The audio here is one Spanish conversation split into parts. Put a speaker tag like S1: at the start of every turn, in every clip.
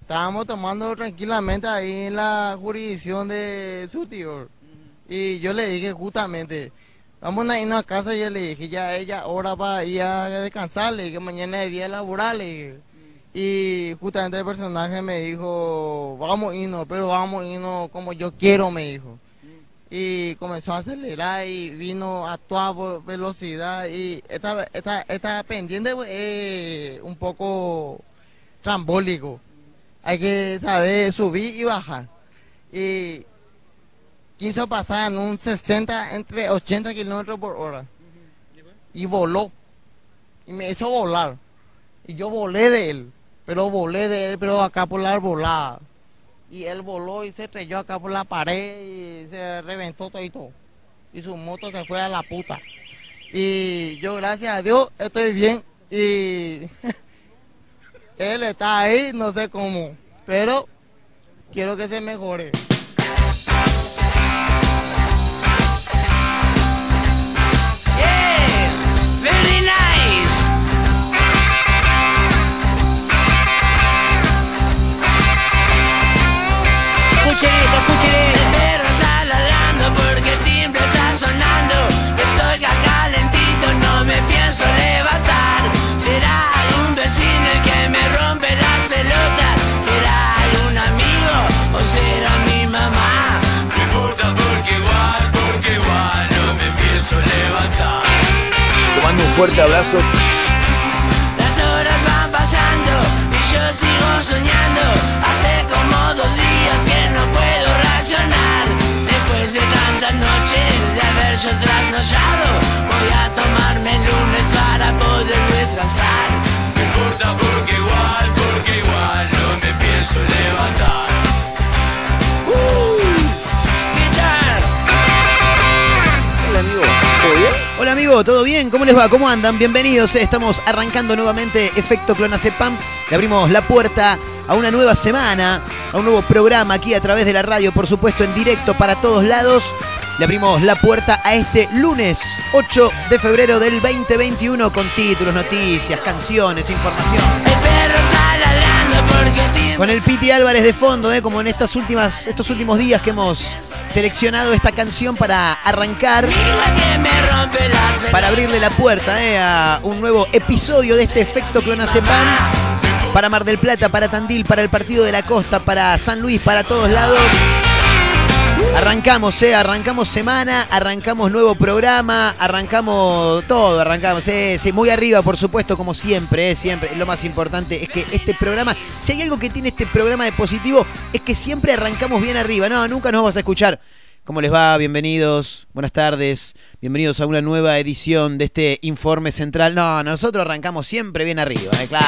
S1: Estábamos tomando tranquilamente ahí en la jurisdicción de Sutior. Y yo le dije justamente, vamos a irnos a casa, yo le dije, ya ella ahora va a ir a descansar, le dije, mañana es día laboral, le dije. Y justamente el personaje me dijo, vamos a irnos, pero vamos a irnos como yo quiero, me dijo. Y comenzó a acelerar y vino a toda vo- velocidad y esta, esta, esta pendiente es un poco trambólico. Hay que saber subir y bajar. Y quiso pasar en un 60, entre 80 kilómetros por hora. Y voló. Y me hizo volar. Y yo volé de él. Pero volé de él, pero acá por la arbolada. Y él voló y se estrelló acá por la pared y se reventó todo y todo. Y su moto se fue a la puta. Y yo, gracias a Dios, estoy bien. Y él está ahí, no sé cómo. Pero quiero que se mejore.
S2: Yeah, very nice. Escuchen esto, escuchen esto. El perro está ladrando porque el timbre está sonando. Estoy acá calentito, no me pienso levantar. Será algún vecino el que me rompe las pelotas. Será algún amigo o será mi mamá. No importa porque igual, porque igual no me pienso levantar.
S3: Te mando un fuerte abrazo.
S2: Las horas van pasando y yo sigo soñando. Hace como dos días que no puedo racionar. Después de tantas noches de haber yo trasnochado, voy a tomarme el lunes para poder descansar. No importa porque igual, porque igual no me pienso levantar.
S3: Hola amigo, ¿todo bien?
S4: Hola amigo, ¿todo bien? ¿Cómo les va? ¿Cómo andan? Bienvenidos. Estamos arrancando nuevamente Efecto Clonacepam. Le abrimos la puerta a una nueva semana, a un nuevo programa aquí a través de la radio, por supuesto, en directo para todos lados. Le abrimos la puerta a este lunes 8 de febrero del 2021 con títulos, noticias, canciones, información.
S2: El perro está ladrando porque el tiempo
S4: Con el Piti Álvarez de fondo, ¿eh? como en estas últimas, estos últimos días que hemos seleccionado esta canción para arrancar.
S2: es que me rompe las pelotas.
S4: para abrirle la puerta eh, a un nuevo episodio de este efecto clonacepan para Mar del Plata, para Tandil, para el Partido de la Costa, para San Luis, para todos lados. Arrancamos, eh, arrancamos semana, arrancamos nuevo programa, arrancamos todo, arrancamos, eh, sí, muy arriba por supuesto, como siempre, eh, siempre. Lo más importante es que este programa, si hay algo que tiene este programa de positivo, es que siempre arrancamos bien arriba, no, nunca nos vas a escuchar. ¿Cómo les va? Bienvenidos, buenas tardes, bienvenidos a una nueva edición de este informe central. No, nosotros arrancamos siempre bien arriba, eh, claro.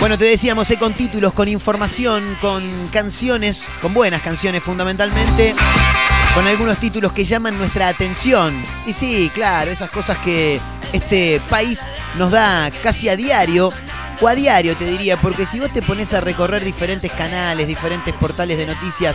S4: Bueno, te decíamos, eh, con títulos, con información, con canciones, con buenas canciones fundamentalmente, con algunos títulos que llaman nuestra atención. Y sí, claro, esas cosas que este país nos da casi a diario, o a diario te diría, porque si vos te pones a recorrer diferentes canales, diferentes portales de noticias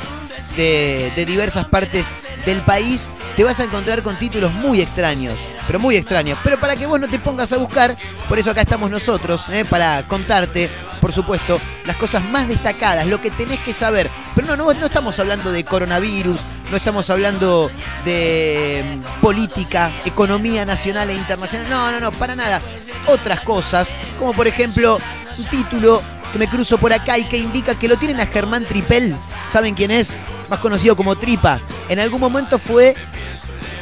S4: de, de diversas partes del país, te vas a encontrar con títulos muy extraños, pero muy extraños. Pero para que vos no te pongas a buscar, por eso acá estamos nosotros, ¿eh? para contarte, por supuesto, las cosas más destacadas, lo que tenés que saber. Pero no, no, no estamos hablando de coronavirus, no estamos hablando de mm, política, economía nacional e internacional, no, no, no, para nada. Otras cosas, como por ejemplo un título que me cruzo por acá y que indica que lo tienen a Germán Tripel. ¿Saben quién es? Más conocido como Tripa. En algún momento fue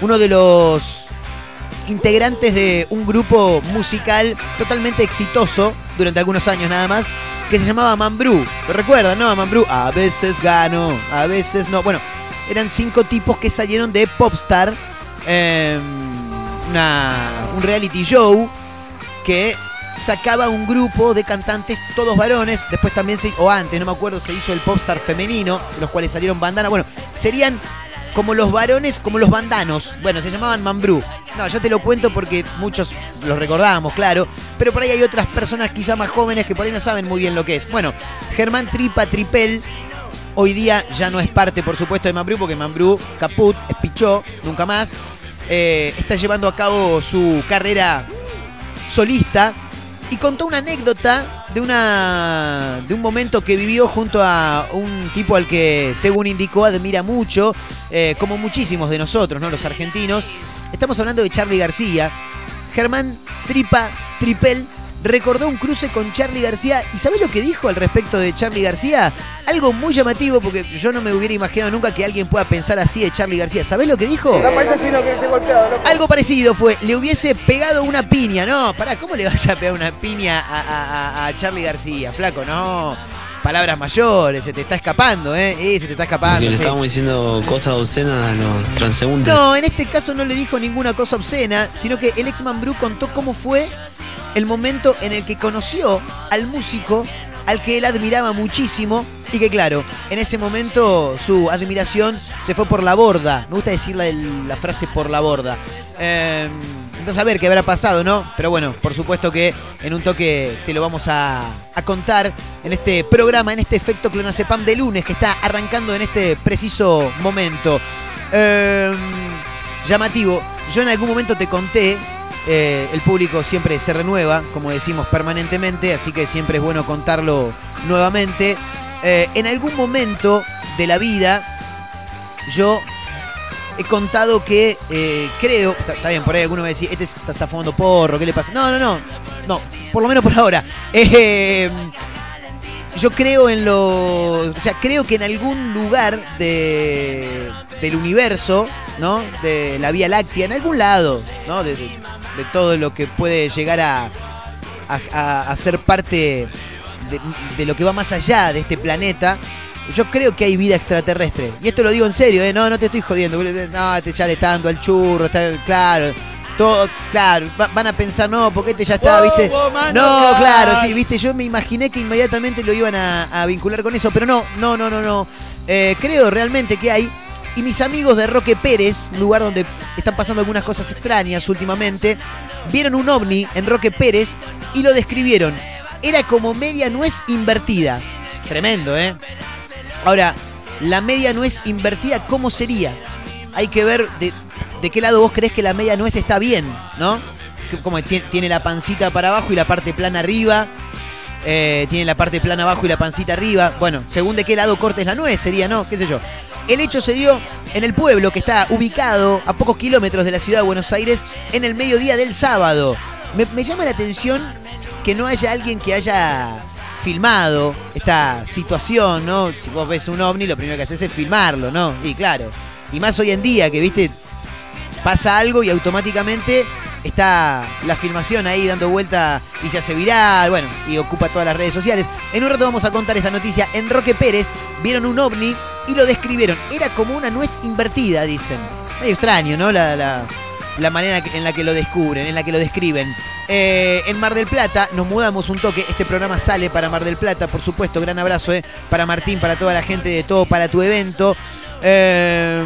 S4: uno de los integrantes de un grupo musical totalmente exitoso durante algunos años nada más que se llamaba Mambrú. ¿Lo recuerdan, no? A Mambrú. A veces gano, a veces no. Bueno, eran cinco tipos que salieron de Popstar, eh, una, un reality show que sacaba un grupo de cantantes, todos varones, después también, se, o antes, no me acuerdo, se hizo el popstar femenino, de los cuales salieron bandanas, bueno, serían como los varones, como los bandanos, bueno, se llamaban Mambrú. No, yo te lo cuento porque muchos los recordábamos, claro, pero por ahí hay otras personas quizá más jóvenes que por ahí no saben muy bien lo que es. Bueno, Germán Tripa Tripel Hoy día ya no es parte, por supuesto, de Mambrú, porque Mambrú, caput, es pichó, nunca más. Eh, está llevando a cabo su carrera solista y contó una anécdota de una de un momento que vivió junto a un tipo al que, según indicó, admira mucho, eh, como muchísimos de nosotros, ¿no? Los argentinos. Estamos hablando de Charlie García. Germán Tripa Tripel recordó un cruce con Charlie García. ¿Y sabés lo que dijo al respecto de Charlie García? Algo muy llamativo, porque yo no me hubiera imaginado nunca que alguien pueda pensar así de Charlie García. ¿Sabés lo que dijo? Algo parecido fue, le hubiese pegado una piña, ¿no? Pará, ¿cómo le vas a pegar una piña a, a- a- a Charlie García? Flaco, no. Palabras mayores, se te está escapando, ¿eh? Eh, se te está escapando.
S5: Porque le
S4: sí.
S5: estábamos diciendo cosas obscenas a los transeúntes.
S4: No, en este caso no le dijo ninguna cosa obscena, sino que el ex Brew contó cómo fue el momento en el que conoció al músico al que él admiraba muchísimo y que claro, en ese momento su admiración se fue por la borda. Me gusta decir la, la frase por la borda. Eh, entonces a ver qué habrá pasado, ¿no? Pero bueno, por supuesto que en un toque te lo vamos a, a contar en este programa, en este efecto clonazepam de lunes que está arrancando en este preciso momento. Eh, llamativo. Yo en algún momento te conté, eh, el público siempre se renueva, como decimos permanentemente, así que siempre es bueno contarlo nuevamente. Eh, en algún momento de la vida, yo he contado que eh, creo. Está, está bien, por ahí alguno va a decir, este está, está fumando porro, ¿qué le pasa? No, no, no. No, por lo menos por ahora. Eh, yo creo en lo. O sea, creo que en algún lugar de, del universo, ¿no? De la Vía Láctea, en algún lado, ¿no? De, de- de todo lo que puede llegar a, a- a- a ser parte de, de lo que va más allá de este planeta. Yo creo que hay vida extraterrestre. Y esto lo digo en serio, ¿eh? No, no te estoy jodiendo. No, este ya le está dando al churro, está claro. Todo, claro, va- van a pensar, no, porque este ya está, ¿viste? no, claro, sí, viste, yo me imaginé que inmediatamente lo iban a, a vincular con eso, pero no, no, no, no, no. Eh, creo realmente que hay. Y mis amigos de Roque Pérez, un lugar donde están pasando algunas cosas extrañas últimamente, vieron un ovni en Roque Pérez y lo describieron. Era como media nuez invertida. Tremendo, ¿eh? Ahora, la media nuez invertida, ¿cómo sería? Hay que ver de, de qué lado vos crees que la media nuez está bien, ¿no? Que Como tie- tiene la pancita para abajo y la parte plana arriba. eh, tiene la parte plana abajo y la pancita arriba. Bueno, según de qué lado cortes la nuez sería, ¿no? ¿Qué sé yo? El hecho se dio en el pueblo que está ubicado a pocos kilómetros de la ciudad de Buenos Aires en el mediodía del sábado. Me- me llama la atención que no haya alguien que haya filmado esta situación, ¿no? Si vos ves un ovni, lo primero que haces es filmarlo, ¿no? Y claro. Y más hoy en día, que viste, pasa algo y automáticamente está la filmación ahí dando vuelta y se hace viral, bueno, y ocupa todas las redes sociales. En un rato vamos a contar esta noticia. En Roque Pérez vieron un ovni y lo describieron. Era como una nuez invertida, dicen. Medio extraño, ¿no? La, la- la manera que- en la que lo descubren, en la que lo describen. Eh, en Mar del Plata nos mudamos un toque. Este programa sale para Mar del Plata, por supuesto. Gran abrazo eh, para Martín, para toda la gente de todo, para tu evento. Eh,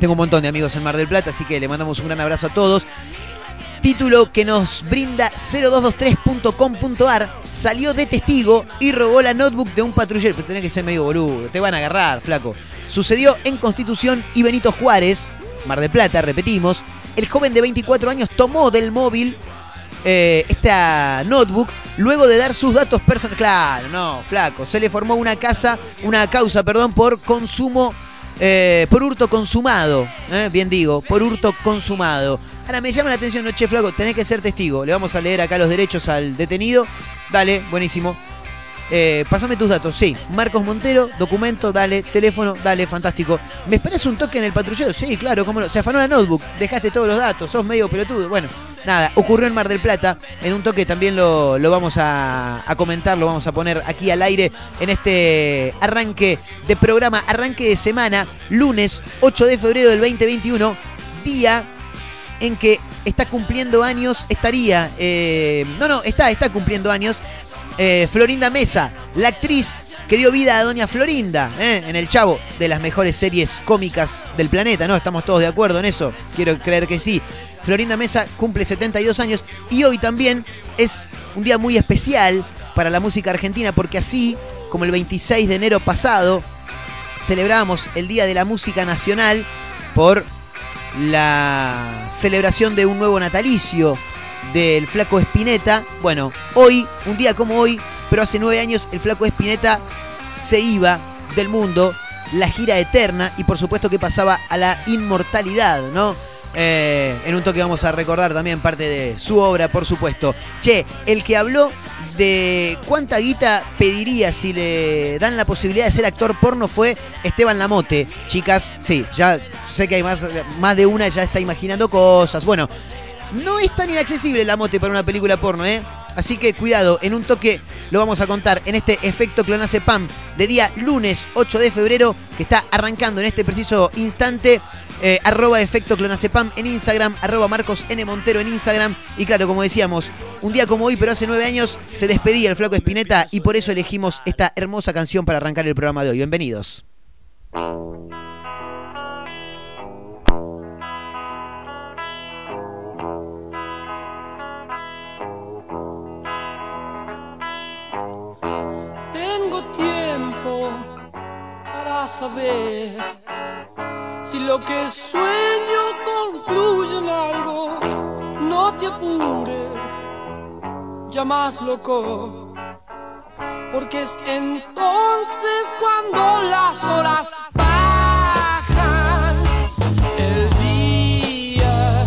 S4: tengo un montón de amigos en Mar del Plata, así que le mandamos un gran abrazo a todos. Título que nos brinda 0223.com.ar salió de testigo y robó la notebook de un patrullero. Pero tenés que ser medio boludo, te van a agarrar, flaco. Sucedió en Constitución y Benito Juárez, Mar del Plata, repetimos. El joven de 24 años tomó del móvil eh, esta notebook luego de dar sus datos personales. Claro, no, flaco. Se le formó una casa, una causa, perdón, por consumo, eh, por hurto consumado. eh, bien digo, por hurto consumado. Ahora me llama la atención, no, che, flaco, tenés que ser testigo. Le vamos a leer acá los derechos al detenido. Dale, buenísimo. Eh, pásame tus datos, sí. Marcos Montero, documento, dale, teléfono, dale, fantástico. ¿Me esperas un toque en el patrullero? Sí, claro, cómo no. Se afanó la notebook, dejaste todos los datos, sos medio pelotudo. Bueno, nada, ocurrió en Mar del Plata. En un toque también lo, lo vamos a, a comentar, lo vamos a poner aquí al aire en este arranque de programa, arranque de semana, lunes 8 de febrero del 2021, día en que está cumpliendo años, estaría, eh, no, no, está, está cumpliendo años, eh, Florinda Mesa, la actriz que dio vida a Doña Florinda, eh, en El Chavo, de las mejores series cómicas del planeta, ¿no? Estamos todos de acuerdo en eso, quiero creer que sí. Florinda Mesa cumple 72 años y hoy también es un día muy especial para la música argentina porque así como el 26 de enero pasado celebramos el Día de la Música Nacional por la celebración de un nuevo natalicio del flaco Espineta. Bueno, hoy, un día como hoy, pero hace nueve años, el flaco Espineta se iba del mundo, la gira eterna y por supuesto que pasaba a la inmortalidad, ¿no? Eh, en un toque vamos a recordar también parte de su obra, por supuesto. Che, el que habló de cuánta guita pediría si le dan la posibilidad de ser actor porno fue Esteban Lamote. Chicas, sí, ya sé que hay más, más de una ya está imaginando cosas. Bueno, no es tan inaccesible la mote para una película porno, ¿eh? Así que cuidado, en un toque lo vamos a contar en este efecto clonazepam de día lunes 8 de febrero que está arrancando en este preciso instante. eh, arroba efecto clonazepam en Instagram, arroba Marcos N. Montero en Instagram. Y claro, como decíamos, un día como hoy, pero hace nueve años, se despedía el flaco Espineta y por eso elegimos esta hermosa canción para arrancar el programa de hoy. Bienvenidos.
S6: Tengo tiempo para saber si lo que sueño concluye en algo. No te apures, llamas loco, porque es entonces cuando las horas bajan. El día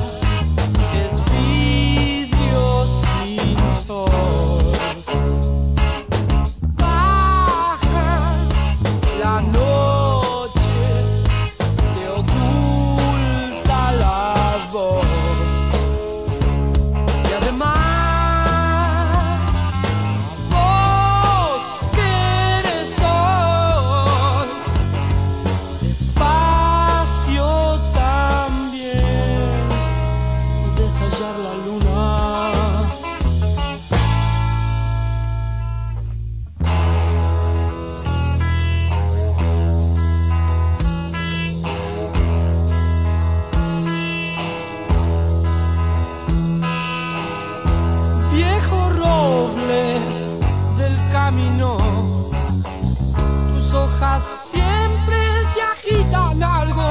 S6: es vidrio sin sol. Baja la noche, te oculta la voz. Y además, vos que eres sol, despacio también, deshallar la luna. viejo roble del camino. Tus hojas siempre se agitan algo,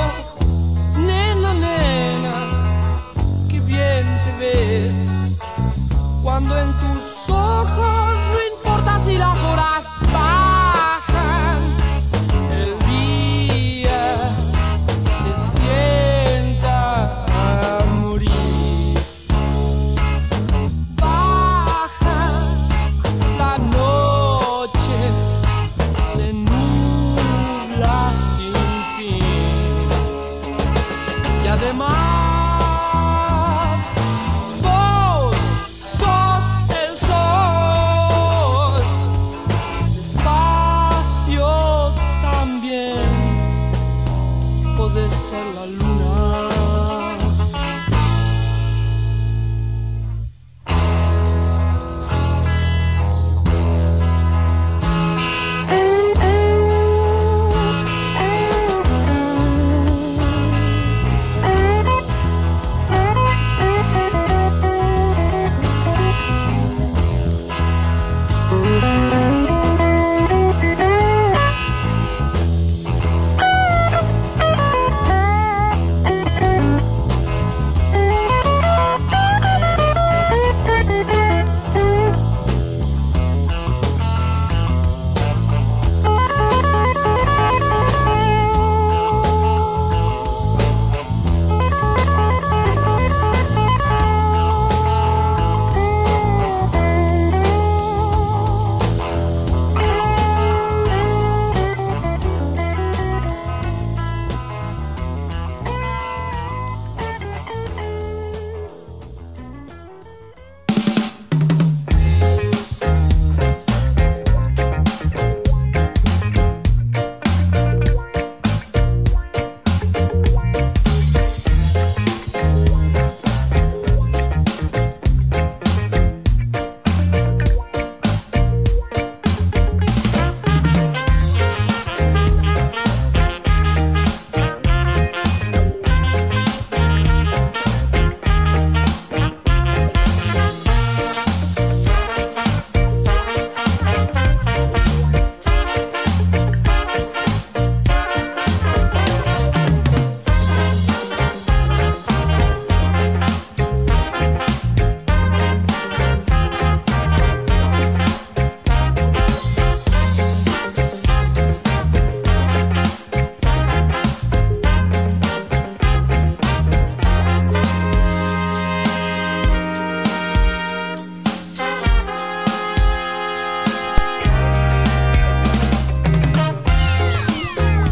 S6: nena, nena, que bien te ves. Cuando en tus ojos no importa si las horas bajan, el día se sienta a morir baja la noche, se nubla sin fin. Y además, vos sos el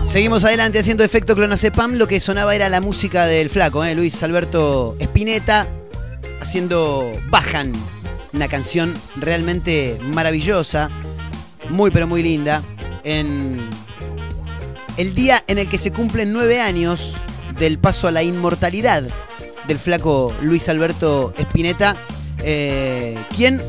S4: Seguimos adelante haciendo efecto clonazepam. Lo que sonaba era la música del flaco, ¿eh? Luis Alberto Spinetta haciendo Bajan. Una canción realmente maravillosa, muy pero muy linda. En el día en el que se cumplen nueve años del paso a la inmortalidad del flaco Luis Alberto Spinetta, eh, quien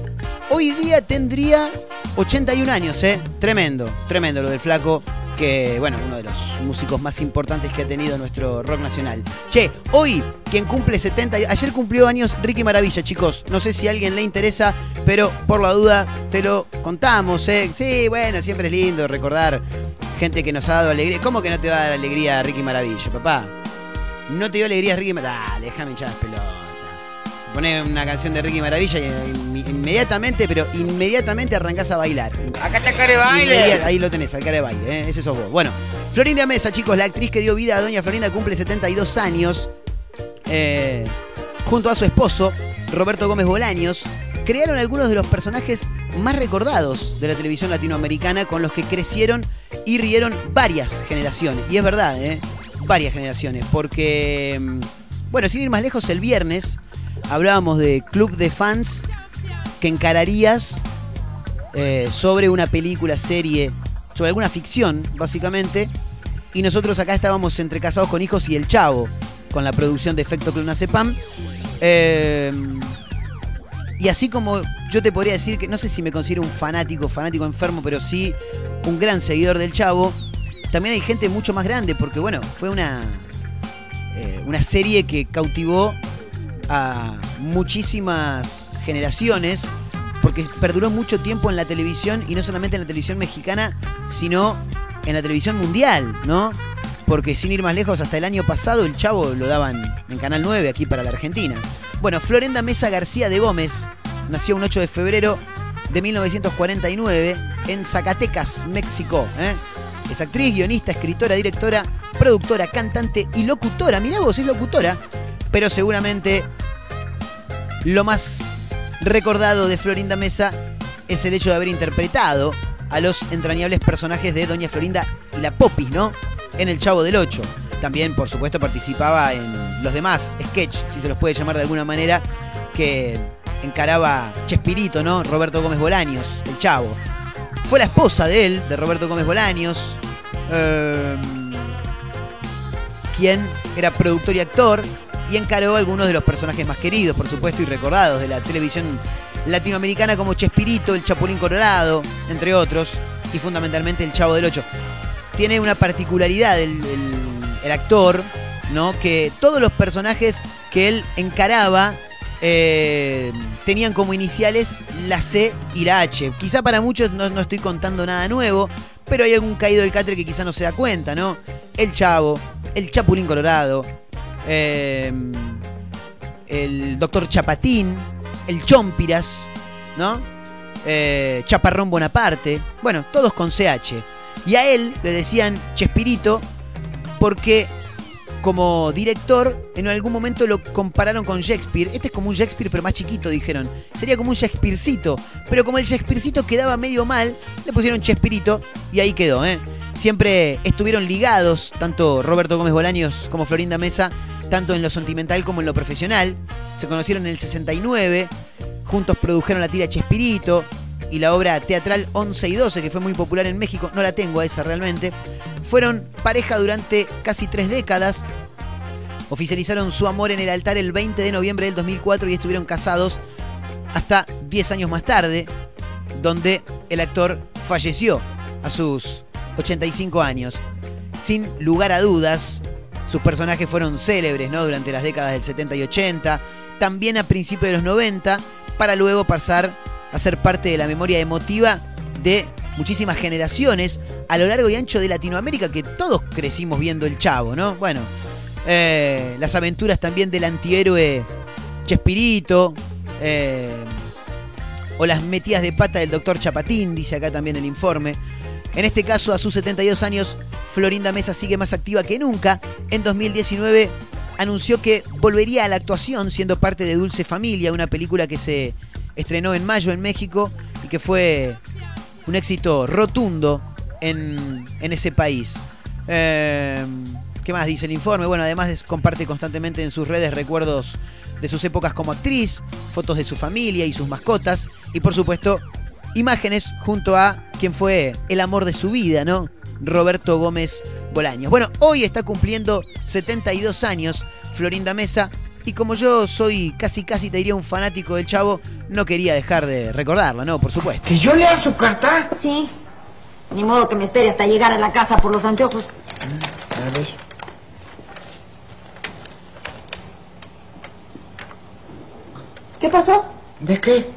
S4: hoy día tendría 81 años, ¿eh? Tremendo, tremendo lo del flaco, que, bueno, uno de los músicos más importantes que ha tenido nuestro rock nacional. Che, hoy, quien cumple 70, y- ayer cumplió años Ricky Maravilla, chicos. No sé si a alguien le interesa, pero por la duda te lo contamos, ¿eh? Sí, bueno, siempre es lindo recordar gente que nos ha dado alegría. ¿Cómo que no te va a dar alegría Ricky Maravilla, papá? No te dio alegría Ricky Maravilla. Dale, déjame hinchar las pelotas. Poné una canción de Ricky Maravilla y in- inmediatamente, pero inmediatamente arrancás a bailar.
S7: Acá está Care
S4: Inmediat- Ahí lo tenés, al cara de baile, ¿eh? ese sos vos. Bueno, Florinda Mesa, chicos, la actriz que dio vida a Doña Florinda cumple 72 años. Eh, junto a su esposo, Roberto Gómez Bolaños, crearon algunos de los personajes más recordados de la televisión latinoamericana con los que crecieron y rieron varias generaciones. Y es verdad, ¿eh? varias generaciones, porque, mm, bueno, sin ir más lejos, el viernes hablábamos de Club de Fans que encararías eh, sobre una película, serie, sobre alguna ficción, básicamente. Y nosotros acá estábamos entre Casados con Hijos y El Chavo, con la producción de Efecto Clonacepam. Eh, y así como yo te podría decir que no sé si me considero un fanático, fanático enfermo, pero sí un gran seguidor del Chavo, también hay gente mucho más grande, porque bueno, fue una, eh, una serie que cautivó a muchísimas generaciones, porque perduró mucho tiempo en la televisión, y no solamente en la televisión mexicana, sino en la televisión mundial, ¿no? Porque sin ir más lejos, hasta el año pasado el Chavo lo daban en Canal 9 aquí para la Argentina. Bueno, Florenda Mesa García de Gómez nació un 8 de febrero de 1949 en Zacatecas, México. ¿eh? Es actriz, guionista, escritora, directora, productora, cantante y locutora. Mirá vos, es locutora. Pero seguramente lo más recordado de Florinda Mesa es el hecho de haber interpretado a los entrañables personajes de Doña Florinda y la Popis, ¿no? En El Chavo del Ocho. También, por supuesto, participaba en los demás sketch, si se los puede llamar de alguna manera, que encaraba Chespirito, ¿no? Roberto Gómez Bolaños, el Chavo. Fue la esposa de él, de Roberto Gómez Bolaños. em, quien era productor y actor y encaró algunos de los personajes más queridos, por supuesto, y recordados de la televisión latinoamericana como Chespirito, el Chapulín Colorado, entre otros, y fundamentalmente el Chavo del Ocho. Tiene una particularidad el, el- el actor, ¿no? Que todos los personajes que él encaraba eh, tenían como iniciales la C y la H. Quizá para muchos no, no estoy contando nada nuevo, pero hay algún caído del catre que quizá no se da cuenta, ¿no? El Chavo, el Chapulín Colorado, eh, el Doctor Chapatín, el Chompiras, ¿no? Eh, Chaparrón Bonaparte, bueno, todos con CH. Y a él le decían Chespirito porque como director, en algún momento lo compararon con Shakespeare. Este es como un Shakespeare, pero más chiquito, dijeron. Sería como un Shakespearecito. Pero como el Shakespearecito quedaba medio mal, le pusieron Chespirito y ahí quedó, ¿eh? Siempre estuvieron ligados, tanto Roberto Gómez Bolaños como Florinda Mesa, tanto en lo sentimental como en lo profesional. Se conocieron en el 69, juntos produjeron la tira Chespirito y la obra teatral 11 y 12, que fue muy popular en México. No la tengo a esa realmente. Fueron pareja durante casi tres décadas. Oficializaron su amor en el altar el 20 de noviembre del 2004 y estuvieron casados hasta 10 años más tarde, donde el actor falleció a sus 85 años. Sin lugar a dudas, sus personajes fueron célebres ¿no? durante las décadas del 70 y 80, también a principios de los 90, para luego pasar a ser parte de la memoria emotiva de muchísimas generaciones a lo largo y ancho de Latinoamérica que todos crecimos viendo el chavo, ¿no? Bueno, eh, las aventuras también del antihéroe Chespirito, eh, o las metidas de pata del doctor Chapatín, dice acá también el informe. En este caso, a sus 72 años, Florinda Mesa sigue más activa que nunca. En 2019 anunció que volvería a la actuación siendo parte de Dulce Familia, una película que se estrenó en mayo en México y que fue un éxito rotundo en, en ese país. Eh, ¿Qué más dice el informe? Bueno, además es- comparte constantemente en sus redes recuerdos de sus épocas como actriz, fotos de su familia y sus mascotas y por supuesto imágenes junto a quien fue el amor de su vida, ¿no? Roberto Gómez Bolaños. Bueno, hoy está cumpliendo 72 años Florinda Mesa y como yo soy casi casi te diría un fanático del chavo, no quería dejar de recordarla, ¿no? Por supuesto.
S8: ¿Que yo lea su carta?
S9: Sí. Ni modo que me espere hasta llegar a la casa por los anteojos.
S8: A ver.
S9: ¿Qué pasó?
S8: ¿De qué?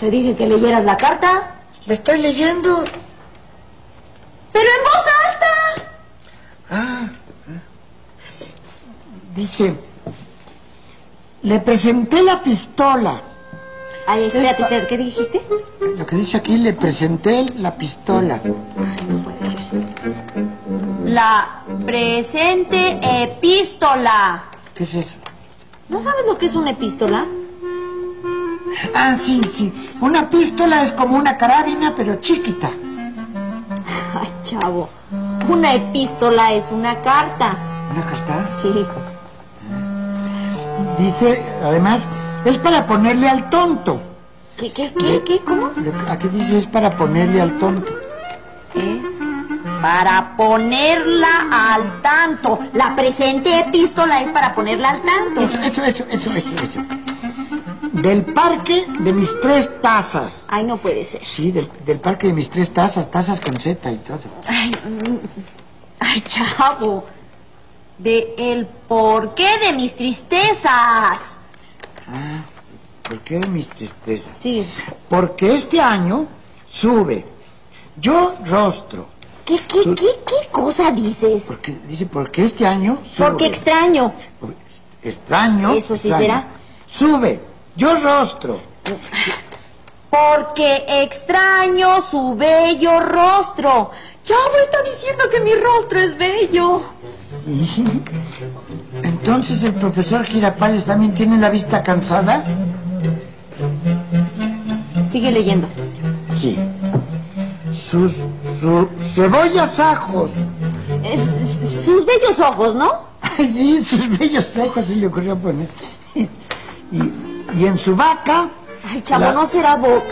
S9: Te dije que leyeras la carta.
S8: ¿La estoy leyendo?
S9: ¡Pero en voz alta!
S8: Ah. ah. Dice, le presenté la pistola.
S9: Ay, espérate, espérate, ¿qué dijiste?
S8: Lo que dice aquí, le presenté la pistola.
S9: Ay, no puede ser. La presente epístola.
S8: ¿Qué es eso?
S9: ¿No sabes lo que es una epístola?
S8: Ah, sí, sí. Una pistola es como una carabina, pero chiquita.
S9: Ay, chavo. Una epístola es una carta.
S8: ¿Una carta?
S9: Sí.
S8: Dice, además, es para ponerle al tonto.
S9: ¿Qué, qué, qué, qué? ¿Cómo?
S8: Lo que- Aquí dice, es para ponerle al tonto.
S9: Es para ponerla al tanto. La presente epístola es para ponerla al tanto.
S8: Eso, eso, eso, eso, eso, eso. Del parque de mis tres tazas.
S9: Ay, no puede ser.
S8: Sí, del, del parque de mis tres tazas, tazas con Z y todo.
S9: Ay, mm, ay, chavo. De el porqué de mis tristezas.
S8: ¿Por qué de mis tristezas?
S9: Sí.
S8: Porque este año sube. Yo rostro.
S9: ¿Qué, qué, qué, qué cosa dices?
S8: Porque, dice, porque este año sube.
S9: Porque extraño.
S8: Por- es- Extraño.
S9: Eso sí
S8: extraño.
S9: será.
S8: Sube. Yo rostro.
S9: Porque extraño su bello rostro. Chavo está diciendo que mi rostro es bello.
S8: Entonces el profesor Girapales también tiene la vista cansada.
S9: Sigue leyendo.
S8: Sí. Sus, su- cebollas ajos.
S9: Es- sus bellos ojos, ¿no?
S8: Ay, sí, sus bellos ojos se le ocurrió poner. Y, y en su vaca.
S9: Ay, chavo,
S8: la-
S9: no será boca.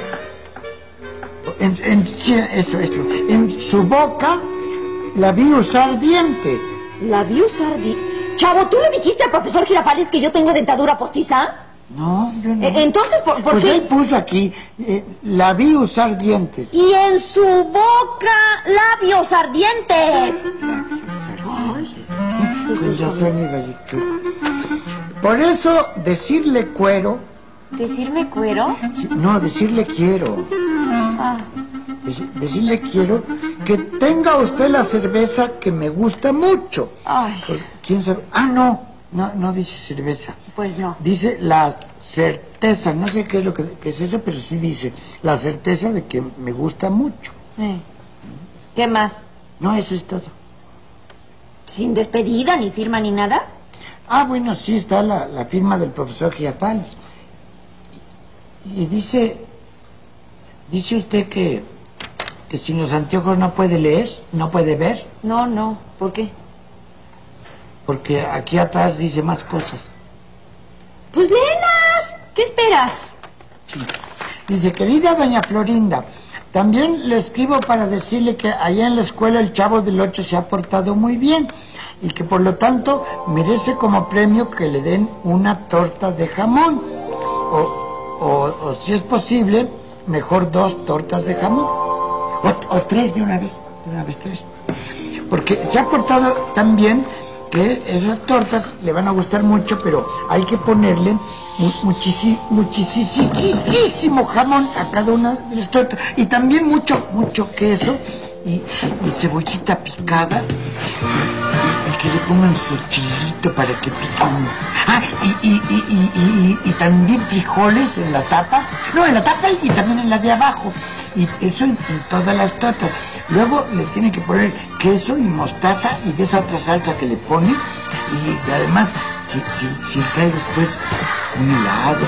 S8: en- en- sí, eso, eso. En su boca la vi usar dientes.
S9: La vi usar di- Chavo, ¿tú le dijiste al profesor Girafales que yo tengo dentadura postiza?
S8: No, yo no.
S9: E- entonces, ¿por, por
S8: pues
S9: qué?
S8: él puso aquí, eh, la vi usar dientes.
S9: Y en su boca, labios ardientes.
S8: Con razón iba yo chulo. Por eso decirle cuero,
S9: ¿Decirme cuero?
S8: sí, no, decirle quiero,
S9: Ah,
S8: deci- decirle quiero que tenga usted la cerveza que me gusta mucho.
S9: Ay.
S8: Por- ¿Quién sabe? Ah, no, no, no dice cerveza.
S9: pues no.
S8: Dice la certeza, no sé qué es lo que qué es eso, pero sí dice la certeza de que me gusta mucho.
S9: Eh. ¿Qué más?
S8: No, eso es todo.
S9: ¿Sin despedida, ni firma, ni nada?
S8: Ah, bueno, sí, está la, la firma del profesor Girafales. Y dice, dice usted que, que sin los anteojos no puede leer, no puede ver,
S9: No, no. ¿Por qué?
S8: porque aquí atrás dice más cosas.
S9: Pues léelas. ¿Qué esperas?
S8: Dice, querida doña Florinda, también le escribo para decirle que allá en la escuela el chavo del 8 se ha portado muy bien y que por lo tanto merece como premio que le den una torta de jamón. O, o- o, si es posible, mejor dos tortas de jamón. O, o tres de una vez, de una vez tres. Porque se ha portado tan bien que esas tortas le van a gustar mucho, pero hay que ponerle mu- muchisi- muchísimo jamón a cada una de las tortas. Y también mucho, mucho queso y, y cebollita picada. Y- y que le pongan su chilito para que piquen. Ah, y, y- y- y- y- y- y también frijoles en la tapa. No, en la tapa y también en la de abajo. Y eso en, en todas las tortas. Luego le tiene que poner queso y mostaza y de esa otra salsa que le pone. Y además, si, si, si trae después un helado,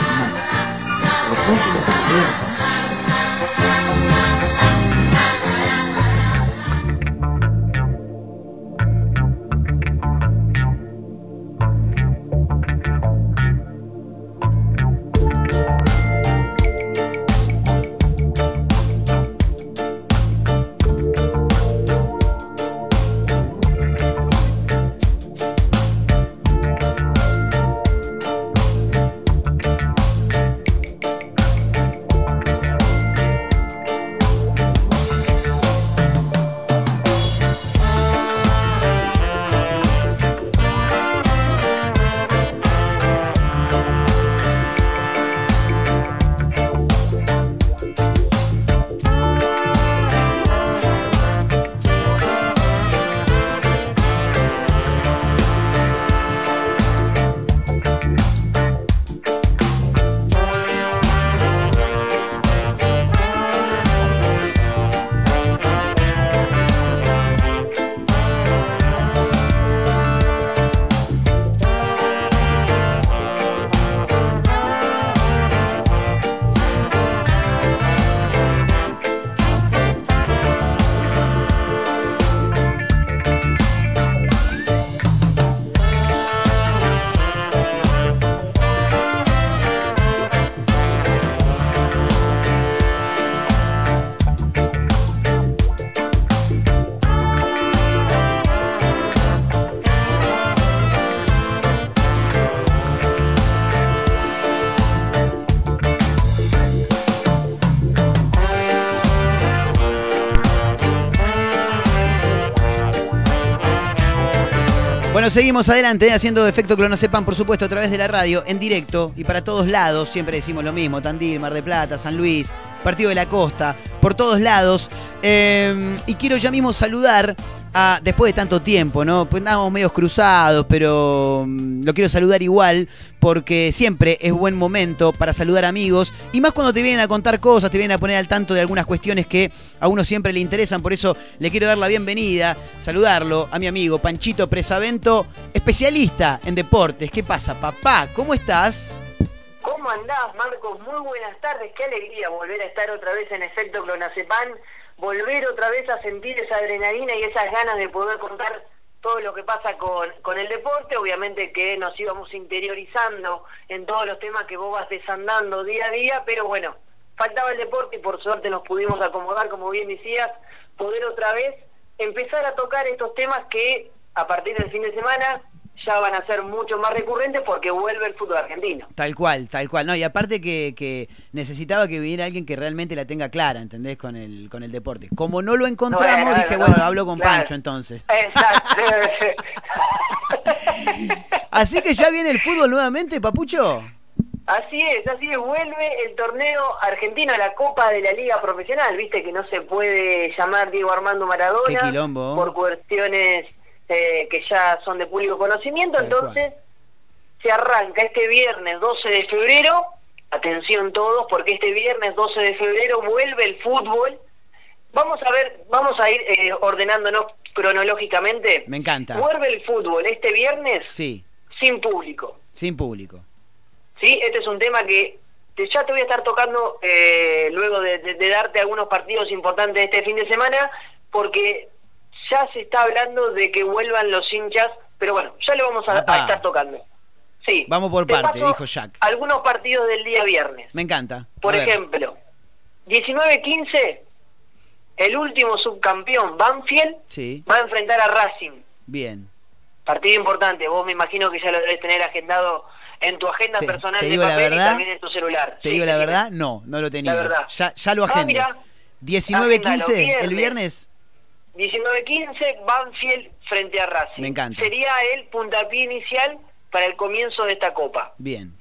S8: una- o todo lo que sea.
S4: Bueno, seguimos adelante, ¿eh? haciendo efecto que lo no sepan, por supuesto, a través de la radio, en directo y para todos lados. Siempre decimos lo mismo: Tandil, Mar de Plata, San Luis, Partido de la Costa, por todos lados. Eh, y quiero ya mismo saludar a, después de tanto tiempo, ¿no? Pues andábamos medios cruzados, pero mm, lo quiero saludar igual, porque siempre es buen momento para saludar amigos, y más cuando te vienen a contar cosas, te vienen a poner al tanto de algunas cuestiones que a uno siempre le interesan, por eso le quiero dar la bienvenida, saludarlo a mi amigo Panchito Presavento, especialista en deportes. ¿Qué pasa, papá? ¿Cómo estás?
S8: ¿Cómo andás, Marcos? Muy buenas tardes. Qué alegría volver a estar otra vez en Efecto Clonacepan, volver otra vez a sentir esa adrenalina y esas ganas de poder contar todo lo que pasa con, con el deporte. Obviamente que nos íbamos interiorizando en todos los temas que vos vas desandando día a día, pero bueno, faltaba el deporte y por suerte nos pudimos acomodar, como bien decías, poder otra vez empezar a tocar estos temas que a partir del fin de semana ya van a ser mucho más recurrentes porque vuelve el fútbol argentino.
S4: Tal cual, tal cual. No, y aparte que, que necesitaba que viniera alguien que realmente la tenga clara, ¿entendés? Con el, con el deporte. Como no lo encontramos,
S8: Bueno,
S4: dije,
S8: no,
S4: bueno, hablo con
S8: claro.
S4: Pancho entonces.
S8: Exacto.
S4: Así que ya viene el fútbol nuevamente, Papucho.
S8: así es, así es. Vuelve el torneo argentino a la Copa de la Liga Profesional. Viste que no se puede llamar Diego Armando Maradona
S4: Qué quilombo.
S8: por cuestiones eh, que ya son de público conocimiento.
S4: Tal cual.
S8: Entonces se arranca este viernes 12 de febrero. Atención todos, porque este viernes 12 de febrero vuelve el fútbol. Vamos a ver, vamos a ir eh, ordenándonos cronológicamente.
S4: Me encanta.
S8: Vuelve el fútbol este viernes
S4: Sí,
S8: sin público.
S4: sin público.
S8: ¿sí? Este es un tema que te- ya te voy a estar tocando eh, luego de, de- de darte algunos partidos importantes este fin de semana, porque ya se está hablando de que vuelvan los hinchas, pero bueno, ya lo vamos a, a
S4: Apá.
S8: estar tocando. Sí.
S4: Vamos por
S8: Te
S4: parte,
S8: paso
S4: dijo Jack.
S8: Algunos partidos del día viernes.
S4: Me encanta. A
S8: Por
S4: ver.
S8: ejemplo, 19-15, el último subcampeón, Banfield,
S4: Sí,
S8: va a enfrentar a Racing.
S4: bien.
S8: Partido importante, vos me imagino que ya lo debes tener agendado en tu agenda
S4: Te-
S8: personal
S4: te
S8: de
S4: digo la
S8: papel
S4: verdad,
S8: y también en tu celular.
S4: Te
S8: Sí,
S4: digo la
S8: sí,
S4: verdad,
S8: sí.
S4: no, no lo tenía.
S8: La verdad.
S4: Ya, ya lo
S8: Ah,
S4: agendo.
S8: mirá.
S4: 19-15,
S8: Agéndalo,
S4: el viernes.
S8: 19-15, Banfield frente a Racing.
S4: Me encanta.
S8: Sería el puntapié inicial para el comienzo de esta Copa.
S4: Bien.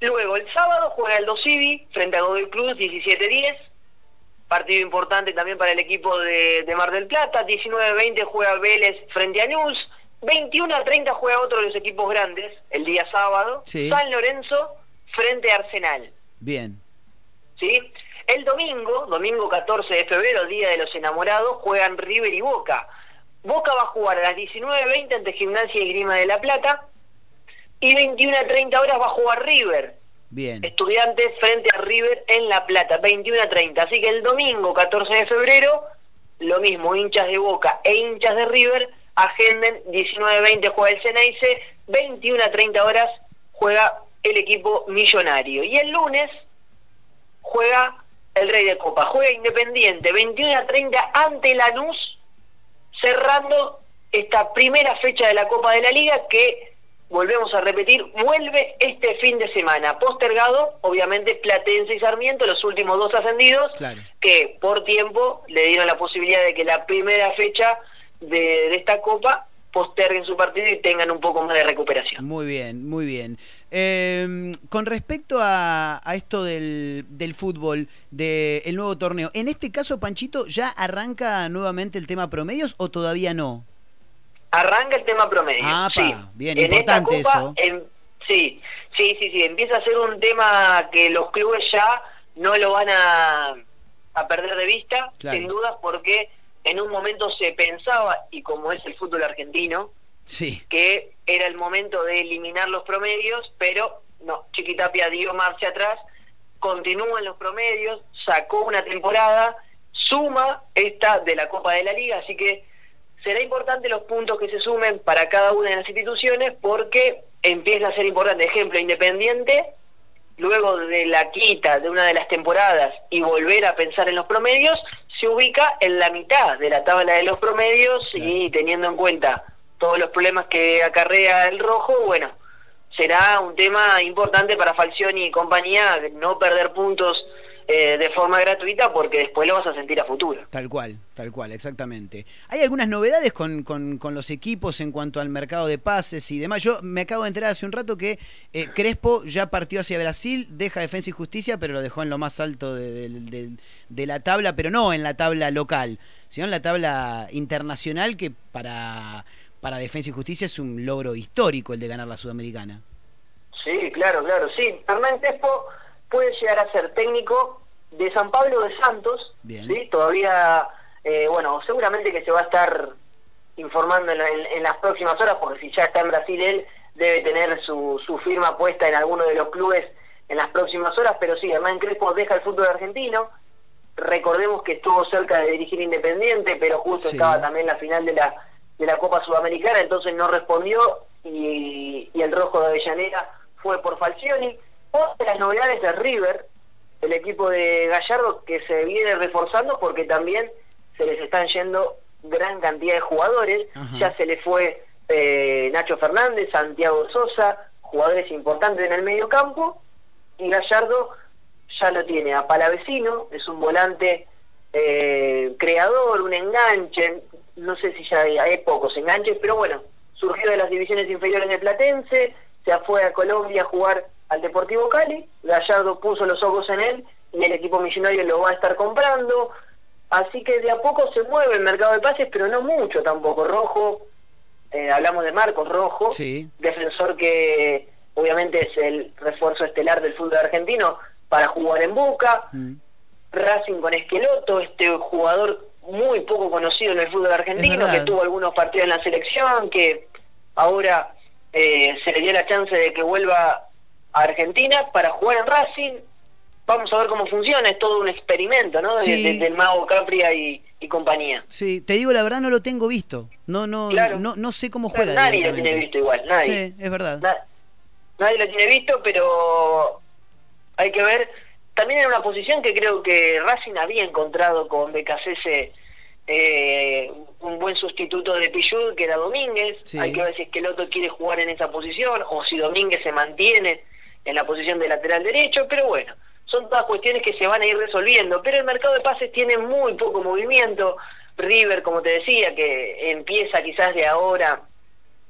S8: Luego, el sábado juega el Dosivi frente a Godoy Cruz, 17-10. Partido importante también para el equipo de, de Mar del Plata. 19-20 juega Vélez frente a News. 21-30 juega otro de los equipos grandes el día sábado.
S4: Sí.
S8: San Lorenzo frente a Arsenal.
S4: Bien.
S8: ¿sí? El domingo, domingo 14 de febrero, Día de los Enamorados, juegan River y Boca. Boca va a jugar a las 19.20 ante Gimnasia y Grima de la Plata y 21.30 horas va a jugar River.
S4: Bien.
S8: Estudiantes frente a River en La Plata, 21 a 30. Así que el domingo 14 de febrero, lo mismo, hinchas de Boca e hinchas de River, agenden 19-20 juega el Ceneice, 21 a 30 horas juega el equipo millonario. Y el lunes juega el Rey de Copa, juega Independiente, 21 a 30 ante Lanús, cerrando esta primera fecha de la Copa de la Liga que, volvemos a repetir, vuelve este fin de semana. Postergado, obviamente, Platense y Sarmiento, los últimos dos ascendidos,
S4: Claro.
S8: que por tiempo le dieron la posibilidad de que la primera fecha de, de esta Copa posterguen su partido y tengan un poco más de recuperación.
S4: Muy bien, muy bien. Eh, con respecto a, a esto del, del fútbol, del nuevo torneo, en este caso, Panchito, ¿ya arranca nuevamente el tema promedios o todavía no?
S8: Arranca el tema promedio.
S4: Apa,
S8: sí.
S4: Ah, bien,
S8: En esta
S4: importante
S8: copa,
S4: eso.
S8: em- sí, sí, sí, sí. Empieza a ser un tema que los clubes ya no lo van a, a perder de vista,
S4: Claro.
S8: sin dudas, porque en un momento se pensaba, y como es el fútbol argentino,
S4: Sí,
S8: que era el momento de eliminar los promedios, pero no, Chiquitapia dio marcha atrás, continúan los promedios, sacó una temporada, suma esta de la Copa de la Liga, así que será importante los puntos que se sumen para cada una de las instituciones porque empieza a ser importante. Ejemplo, Independiente, luego de la quita de una de las temporadas y volver a pensar en los promedios, se ubica en la mitad de la tabla de los promedios y teniendo en cuenta todos los problemas que acarrea el rojo, bueno, será un tema importante para Falcioni y compañía no perder puntos eh, de forma gratuita porque después lo vas a sentir a futuro.
S4: Tal cual, tal cual, exactamente. ¿Hay algunas novedades con, con- con los equipos en cuanto al mercado de pases y demás? Yo me acabo de enterar hace un rato que eh, Crespo ya partió hacia Brasil, deja Defensa y Justicia, pero lo dejó en lo más alto de, del- del- de la tabla, pero no en la tabla local, sino en la tabla internacional que para, para Defensa y Justicia es un logro histórico el de ganar la Sudamericana.
S8: Sí, claro, claro, sí. Hernán Crespo puede llegar a ser técnico de San Pablo de Santos,
S4: Bien.
S8: ¿sí? Todavía, eh, bueno, seguramente que se va a estar informando en, la- en- en las próximas horas, porque si ya está en Brasil él, debe tener su, su firma puesta en alguno de los clubes en las próximas horas, pero sí, Hernán Crespo deja el fútbol argentino, recordemos que estuvo cerca de dirigir Independiente, pero justo
S4: Sí.
S8: estaba también la final de la, de la Copa Sudamericana, entonces no respondió y, y el rojo de Avellaneda fue por Falcioni. Otra de las novedades de River, el equipo de Gallardo que se viene reforzando porque también se les están yendo gran cantidad de jugadores,
S4: Ajá.
S8: ya se le fue eh, Nacho Fernández, Santiago Sosa, jugadores importantes en el medio campo, y Gallardo ya lo tiene a Palavecino, es un volante eh, creador, un enganche, no sé si ya hay, hay pocos enganches, pero bueno, surgió de las divisiones inferiores de Platense, se fue a Colombia a jugar al Deportivo Cali, Gallardo puso los ojos en él y el equipo millonario lo va a estar comprando, así que de a poco se mueve el mercado de pases, pero no mucho tampoco, Rojo, eh, hablamos de Marcos Rojo,
S4: Sí.
S8: defensor que obviamente es el refuerzo estelar del fútbol argentino para jugar en Boca,
S4: Mm.
S8: Racing con Esqueloto, este jugador muy poco conocido en el fútbol argentino,
S4: verdad.
S8: que tuvo algunos partidos en la selección, que ahora eh, se le dio la chance de que vuelva a Argentina para jugar en Racing. Vamos a ver cómo funciona, es todo un experimento, ¿no? De-
S4: Sí.
S8: de- del mago Capria y, y compañía.
S4: Sí, te digo la verdad, no lo tengo visto. No, no,
S8: Claro.
S4: no, no sé cómo juega.
S8: nadie lo
S4: directamente.
S8: tiene visto igual, nadie.
S4: Sí, es verdad.
S8: Na- nadie lo tiene visto, pero hay que ver. También era una posición que creo que Racing había encontrado con BKCS eh, un buen sustituto de Pillud, que era Domínguez.
S4: Sí.
S8: Hay que ver si es que el otro quiere jugar en esa posición o si Domínguez se mantiene en la posición de lateral derecho, pero bueno. Son todas cuestiones que se van a ir resolviendo, pero el mercado de pases tiene muy poco movimiento. River, como te decía, que empieza quizás de ahora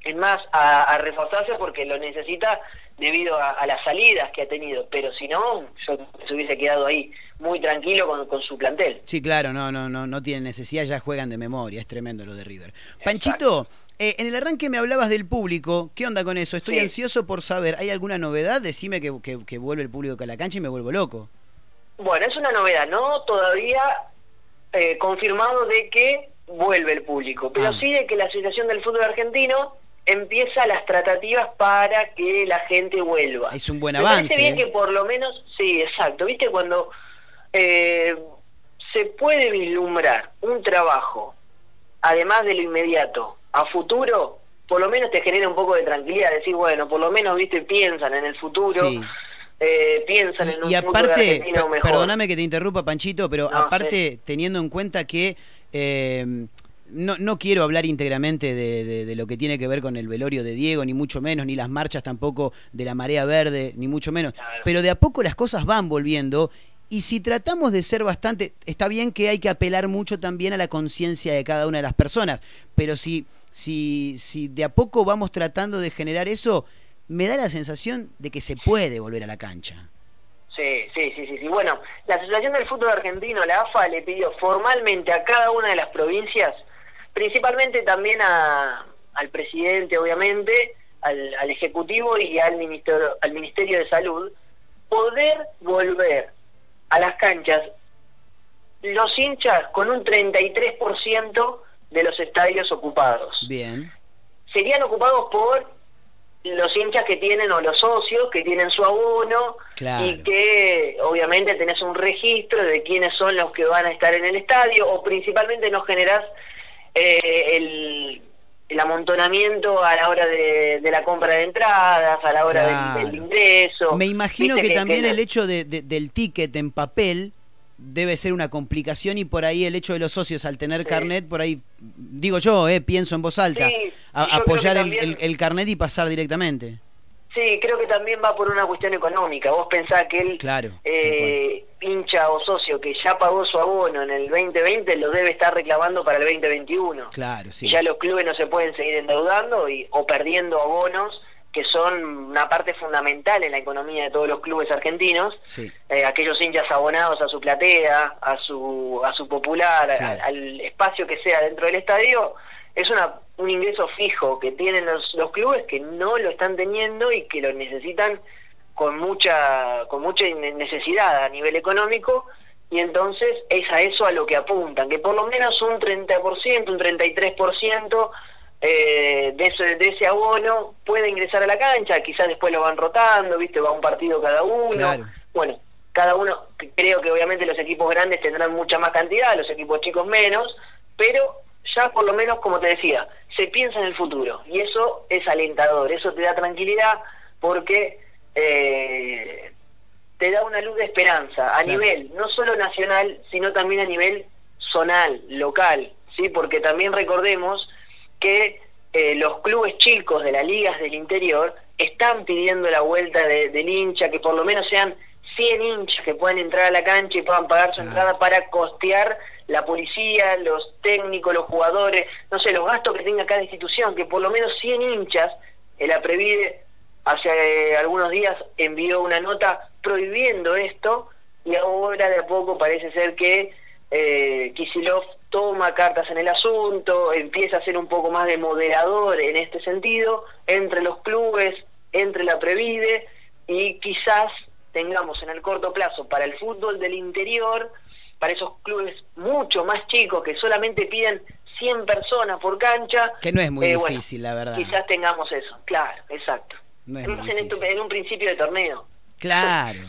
S8: es más, a, a reforzarse porque lo necesita debido a, a las salidas que ha tenido. Pero si no, yo se hubiese quedado ahí muy tranquilo con, con su plantel.
S4: Sí, claro, no, no, no, no tienen necesidad, ya juegan de memoria, es tremendo lo de River. Panchito, eh, en el arranque me hablabas del público, ¿qué onda con eso? Estoy
S8: Sí.
S4: ansioso por saber, ¿hay alguna novedad? Decime que, que- que vuelve el público a la cancha y me vuelvo loco.
S8: Bueno, es una novedad, ¿no? Todavía eh, confirmado de que vuelve el público, pero
S4: Ah.
S8: sí de que la Asociación del Fútbol Argentino empieza las tratativas para que la gente vuelva.
S4: Es un buen
S8: Me parece
S4: avance,
S8: bien
S4: ¿eh?
S8: que por lo menos, sí, exacto, viste cuando eh, se puede vislumbrar un trabajo, además de lo inmediato, a futuro, por lo menos te genera un poco de tranquilidad, decir, bueno, por lo menos, viste, piensan en el futuro,
S4: Sí.
S8: eh, piensan en un
S4: Y, y
S8: fútbol
S4: aparte,
S8: argentino
S4: per-
S8: mejor.
S4: perdóname que te interrumpa, Panchito, pero
S8: No,
S4: aparte, teniendo en cuenta que eh, no, no quiero hablar íntegramente de, de- de lo que tiene que ver con el velorio de Diego, ni mucho menos, ni las marchas tampoco de la marea verde, ni mucho menos, pero de a poco las cosas van volviendo. Y si tratamos de ser bastante, está bien que hay que apelar mucho también a la conciencia de cada una de las personas, pero si, si, si de a poco vamos tratando de generar eso, me da la sensación de que se puede volver a la cancha.
S8: Sí, sí, sí, sí, sí. Bueno, la Asociación del Fútbol Argentino, la AFA, le pidió formalmente a cada una de las provincias, principalmente también a- al presidente, obviamente, al, al Ejecutivo y al ministerio, al ministerio de Salud, poder volver a las canchas los hinchas con un 33% de los estadios ocupados
S4: Bien.
S8: serían ocupados por los hinchas que tienen o los socios que tienen su abono
S4: Claro.
S8: y que obviamente tenés un registro de quiénes son los que van a estar en el estadio o principalmente no generás eh, el, el amontonamiento a la hora de, de la compra de entradas, a la hora del-
S4: Claro.
S8: del, ingreso.
S4: Me imagino
S8: Viste
S4: que, también
S8: la-
S4: el hecho de- de- del ticket en papel debe ser una complicación y por ahí el hecho de los socios al tener
S8: Sí.
S4: carnet, por ahí, digo yo, eh, pienso en voz alta,
S8: Sí, y
S4: a-
S8: yo creo
S4: apoyar
S8: que
S4: el, el-
S8: también-
S4: el carnet y pasar directamente.
S8: Sí, creo que también va por una cuestión económica. Vos pensás que él
S4: Claro,
S8: eh, hincha hincha o socio que ya pagó su abono en el 2020 lo debe estar reclamando para el 2021.
S10: Claro, sí.
S8: Y Ya los clubes no se pueden seguir endeudando y, o perdiendo abonos que son una parte fundamental en la economía de todos los clubes argentinos.
S10: Sí.
S8: Eh, aquellos hinchas abonados a su platea, a su, a su popular, a-
S10: Claro.
S8: al espacio que sea dentro del estadio, es una, un ingreso fijo que tienen los, los clubes que no lo están teniendo y que lo necesitan con mucha, con mucha ne- necesidad a nivel económico. Y entonces es a eso a lo que apuntan, que por lo menos un 30%, un 33% eh, de, ese, de ese abono puede ingresar a la cancha, quizás después lo van rotando, viste va un partido cada uno,
S10: Claro.
S8: bueno, cada uno, creo que obviamente los equipos grandes tendrán mucha más cantidad, los equipos chicos menos, pero ya por lo menos, como te decía, se piensa en el futuro y eso es alentador, eso te da tranquilidad porque eh, te da una luz de esperanza a
S10: Claro.
S8: nivel no solo nacional, sino también a nivel zonal, local, ¿sí? porque también recordemos que eh, los clubes chicos de las ligas del interior están pidiendo la vuelta de- del hincha, que por lo menos sean 100 hinchas que puedan entrar a la cancha y puedan pagar su entrada para costear la policía, los técnicos, los jugadores, no sé, los gastos que tenga cada institución, que por lo menos 100 hinchas, eh, el APREVIDE hace eh, algunos días envió una nota prohibiendo esto y ahora de a poco parece ser que eh, Kisilov toma cartas en el asunto, empieza a ser un poco más de moderador en este sentido, entre los clubes, entre la Previde, y quizás tengamos en el corto plazo para el fútbol del interior, para esos clubes mucho más chicos que solamente piden 100 personas por cancha.
S4: Que no es muy
S8: eh, bueno,
S4: difícil, la verdad.
S8: Quizás tengamos eso, claro, exacto.
S4: No es
S8: Más
S4: muy
S8: en, esto-
S4: difícil.
S8: en un principio de torneo.
S4: Claro,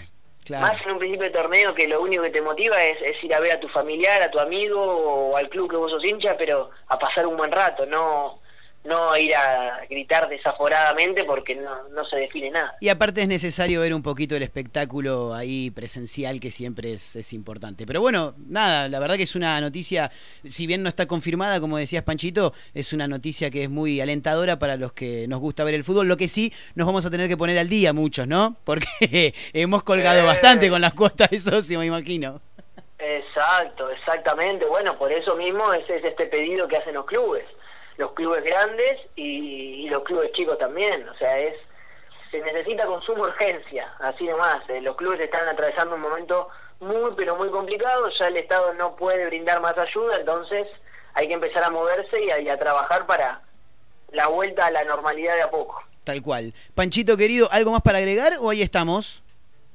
S4: claro.
S8: Más en un principio de torneo que lo único que te motiva es, es ir a ver a tu familiar, a tu amigo o al club que vos sos hincha, pero a pasar un buen rato, no no ir a gritar desaforadamente porque no, no se define nada.
S4: Y aparte es necesario ver un poquito el espectáculo ahí presencial que siempre es, es importante. Pero bueno, nada, la verdad que es una noticia, si bien no está confirmada, como decías Panchito, es una noticia que es muy alentadora para los que nos gusta ver el fútbol. Lo que sí, nos vamos a tener que poner al día muchos, ¿no? Porque hemos colgado
S8: Eh.
S4: bastante con las cuotas de socio, me imagino.
S8: Exacto, exactamente. Bueno, por eso mismo es, es este pedido que hacen los clubes, los clubes grandes y, y los clubes chicos también. O sea, es se necesita con suma urgencia, así nomás. Eh, los clubes están atravesando un momento muy, pero muy complicado. Ya el Estado no puede brindar más ayuda, entonces hay que empezar a moverse y a, y a trabajar para la vuelta a la normalidad de a poco.
S4: Tal cual. Panchito querido, ¿algo más para agregar o ahí estamos?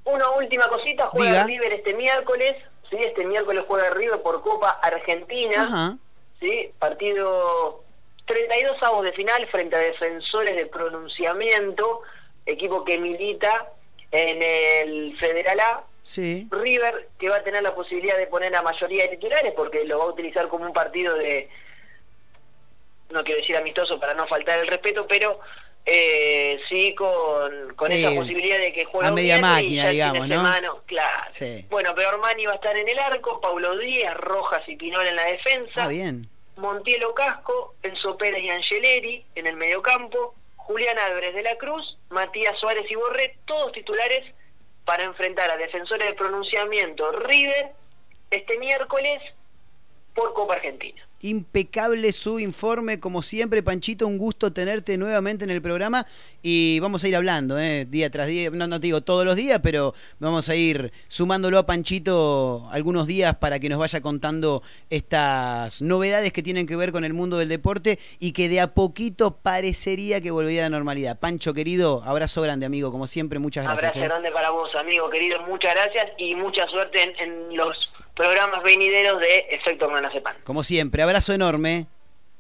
S8: Una última cosita, juega
S4: Diga.
S8: River este miércoles. Sí, este miércoles juega River por Copa Argentina.
S4: Ajá.
S8: ¿sí? Partido 32 avos de final frente a defensores de pronunciamiento, equipo que milita en el Federal A.
S4: Sí.
S8: River, que va a tener la posibilidad de poner a mayoría de titulares porque lo va a utilizar como un partido de, no quiero decir amistoso para no faltar el respeto, pero eh, sí con, con
S4: Sí,
S8: esa posibilidad de que juegue
S4: a
S8: un
S4: media
S8: viernes y
S4: máquina,
S8: ya el fin de
S4: digamos, ¿no?
S8: semana, claro.
S4: Sí.
S8: Bueno, pero Armani va a estar en el arco, Paulo Díaz, Rojas y Pinol en la defensa.
S4: Ah, bien.
S8: Montielo Casco, Enzo Pérez y Angeleri en el mediocampo, Julián Álvarez de la Cruz, Matías Suárez y Borré, todos titulares para enfrentar a defensores de pronunciamiento River este miércoles por Copa Argentina.
S4: Impecable su informe, como siempre, Panchito, un gusto tenerte nuevamente en el programa y vamos a ir hablando, ¿eh? día tras día, no, no te digo todos los días, pero vamos a ir sumándolo a Panchito algunos días para que nos vaya contando estas novedades que tienen que ver con el mundo del deporte y que de a poquito parecería que volviera a la normalidad. Pancho, querido, abrazo grande, amigo, como siempre, muchas gracias.
S8: Abrazo
S4: ¿eh?
S8: grande para vos, amigo querido, muchas gracias y mucha suerte en, en los programas venideros de Efecto Hermana Sepan.
S4: Como siempre, abrazo enorme.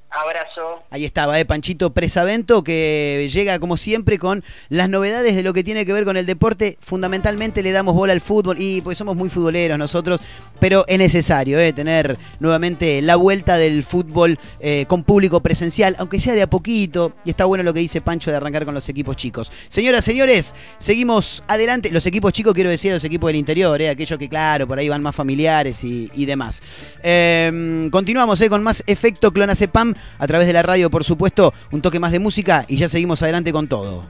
S8: Abrazo.
S4: Ahí estaba, eh, Panchito Presavento, que llega como siempre con las novedades de lo que tiene que ver con el deporte. Fundamentalmente le damos bola al fútbol y pues somos muy futboleros nosotros, pero es necesario eh, tener nuevamente la vuelta del fútbol eh, con público presencial, aunque sea de a poquito. Y está bueno lo que dice Pancho de arrancar con los equipos chicos. Señoras, señores, seguimos adelante. Los equipos chicos, quiero decir, los equipos del interior, eh, aquellos que, claro, por ahí van más familiares y, y demás. Eh, continuamos eh, con más efecto Clonacepam a través de la radio, por supuesto. Un toque más de música y ya seguimos adelante con todo.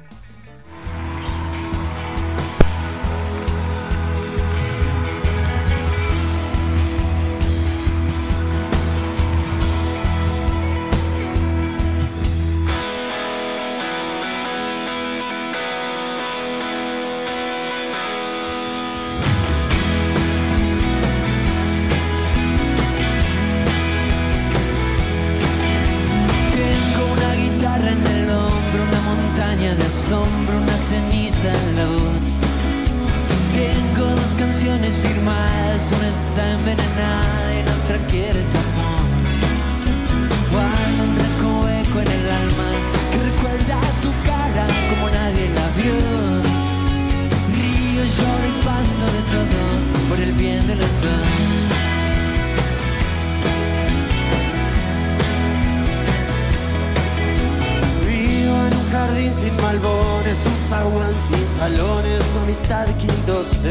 S11: zaguán sin salones, tu amistad quinto C.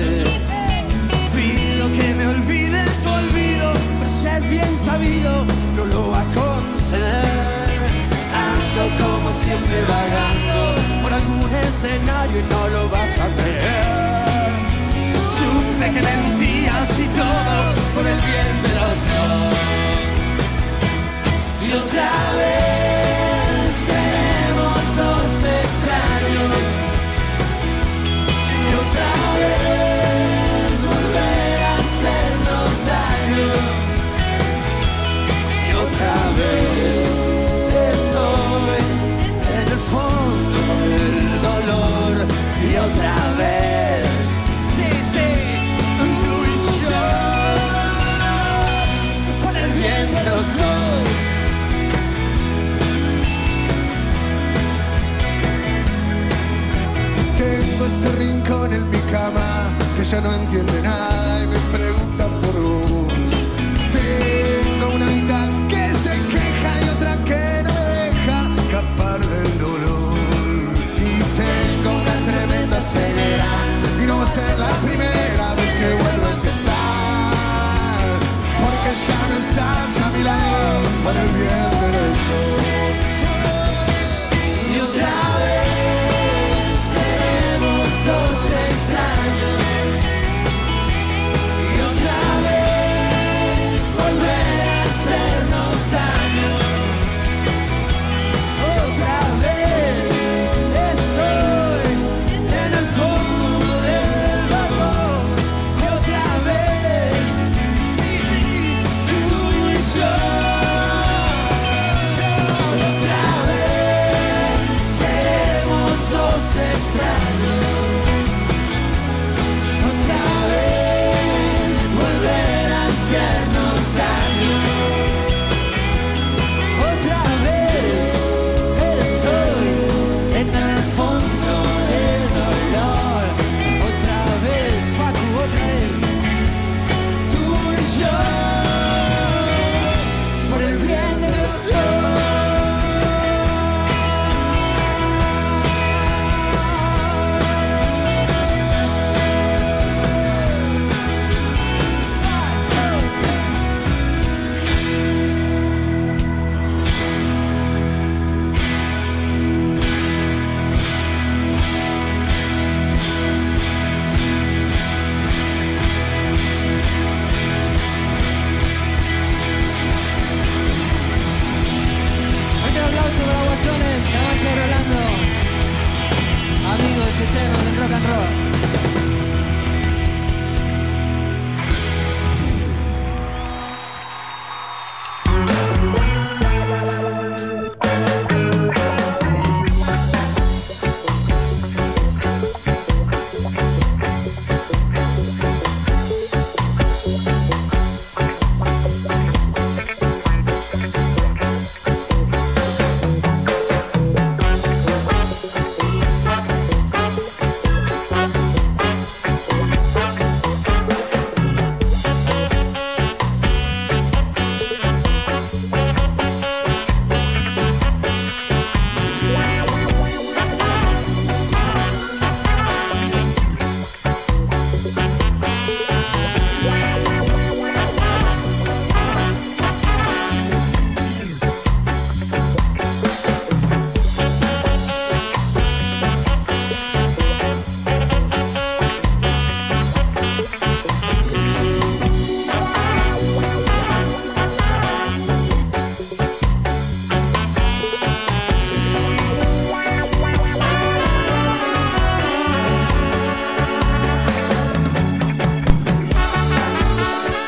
S11: Pido que me olvide tu olvido, pero ya es bien sabido, no lo va a conceder. Ando como siempre vagando por algún escenario y no lo vas a creer. Supe que mentías y todo por el bien de los dos. Y otra vez seremos dos extraños. Y otra vez volver a hacernos daño. Y otra vez estoy en el fondo del dolor. Y otra vez. Sí, sí. Tú y yo. Por el bien de los dos.
S6: Tengo este rincón en mi cama que ya no entiende nada y me pregunta por vos. Tengo una mitad que se queja y otra que no me deja escapar del dolor. Y tengo una tremenda ceguera y no va a ser la primera vez que vuelvo a empezar. Porque ya no estás a mi lado para el bien de los dos.
S11: Y otra vez seremos dos extraños y otra vez volver a hacernos daño otra vez estoy en el fondo del dolor y otra vez sí, sí, tú y yo otra vez seremos dos extraños otra vez volver a hacernos daño otra vez estoy en el fondo del dolor otra vez Facu otra vez tú y yo por el bien de los dos
S12: Fuerte el aplauso para Guasones, Camacho y Rolando. Amigos eternos del rock and roll.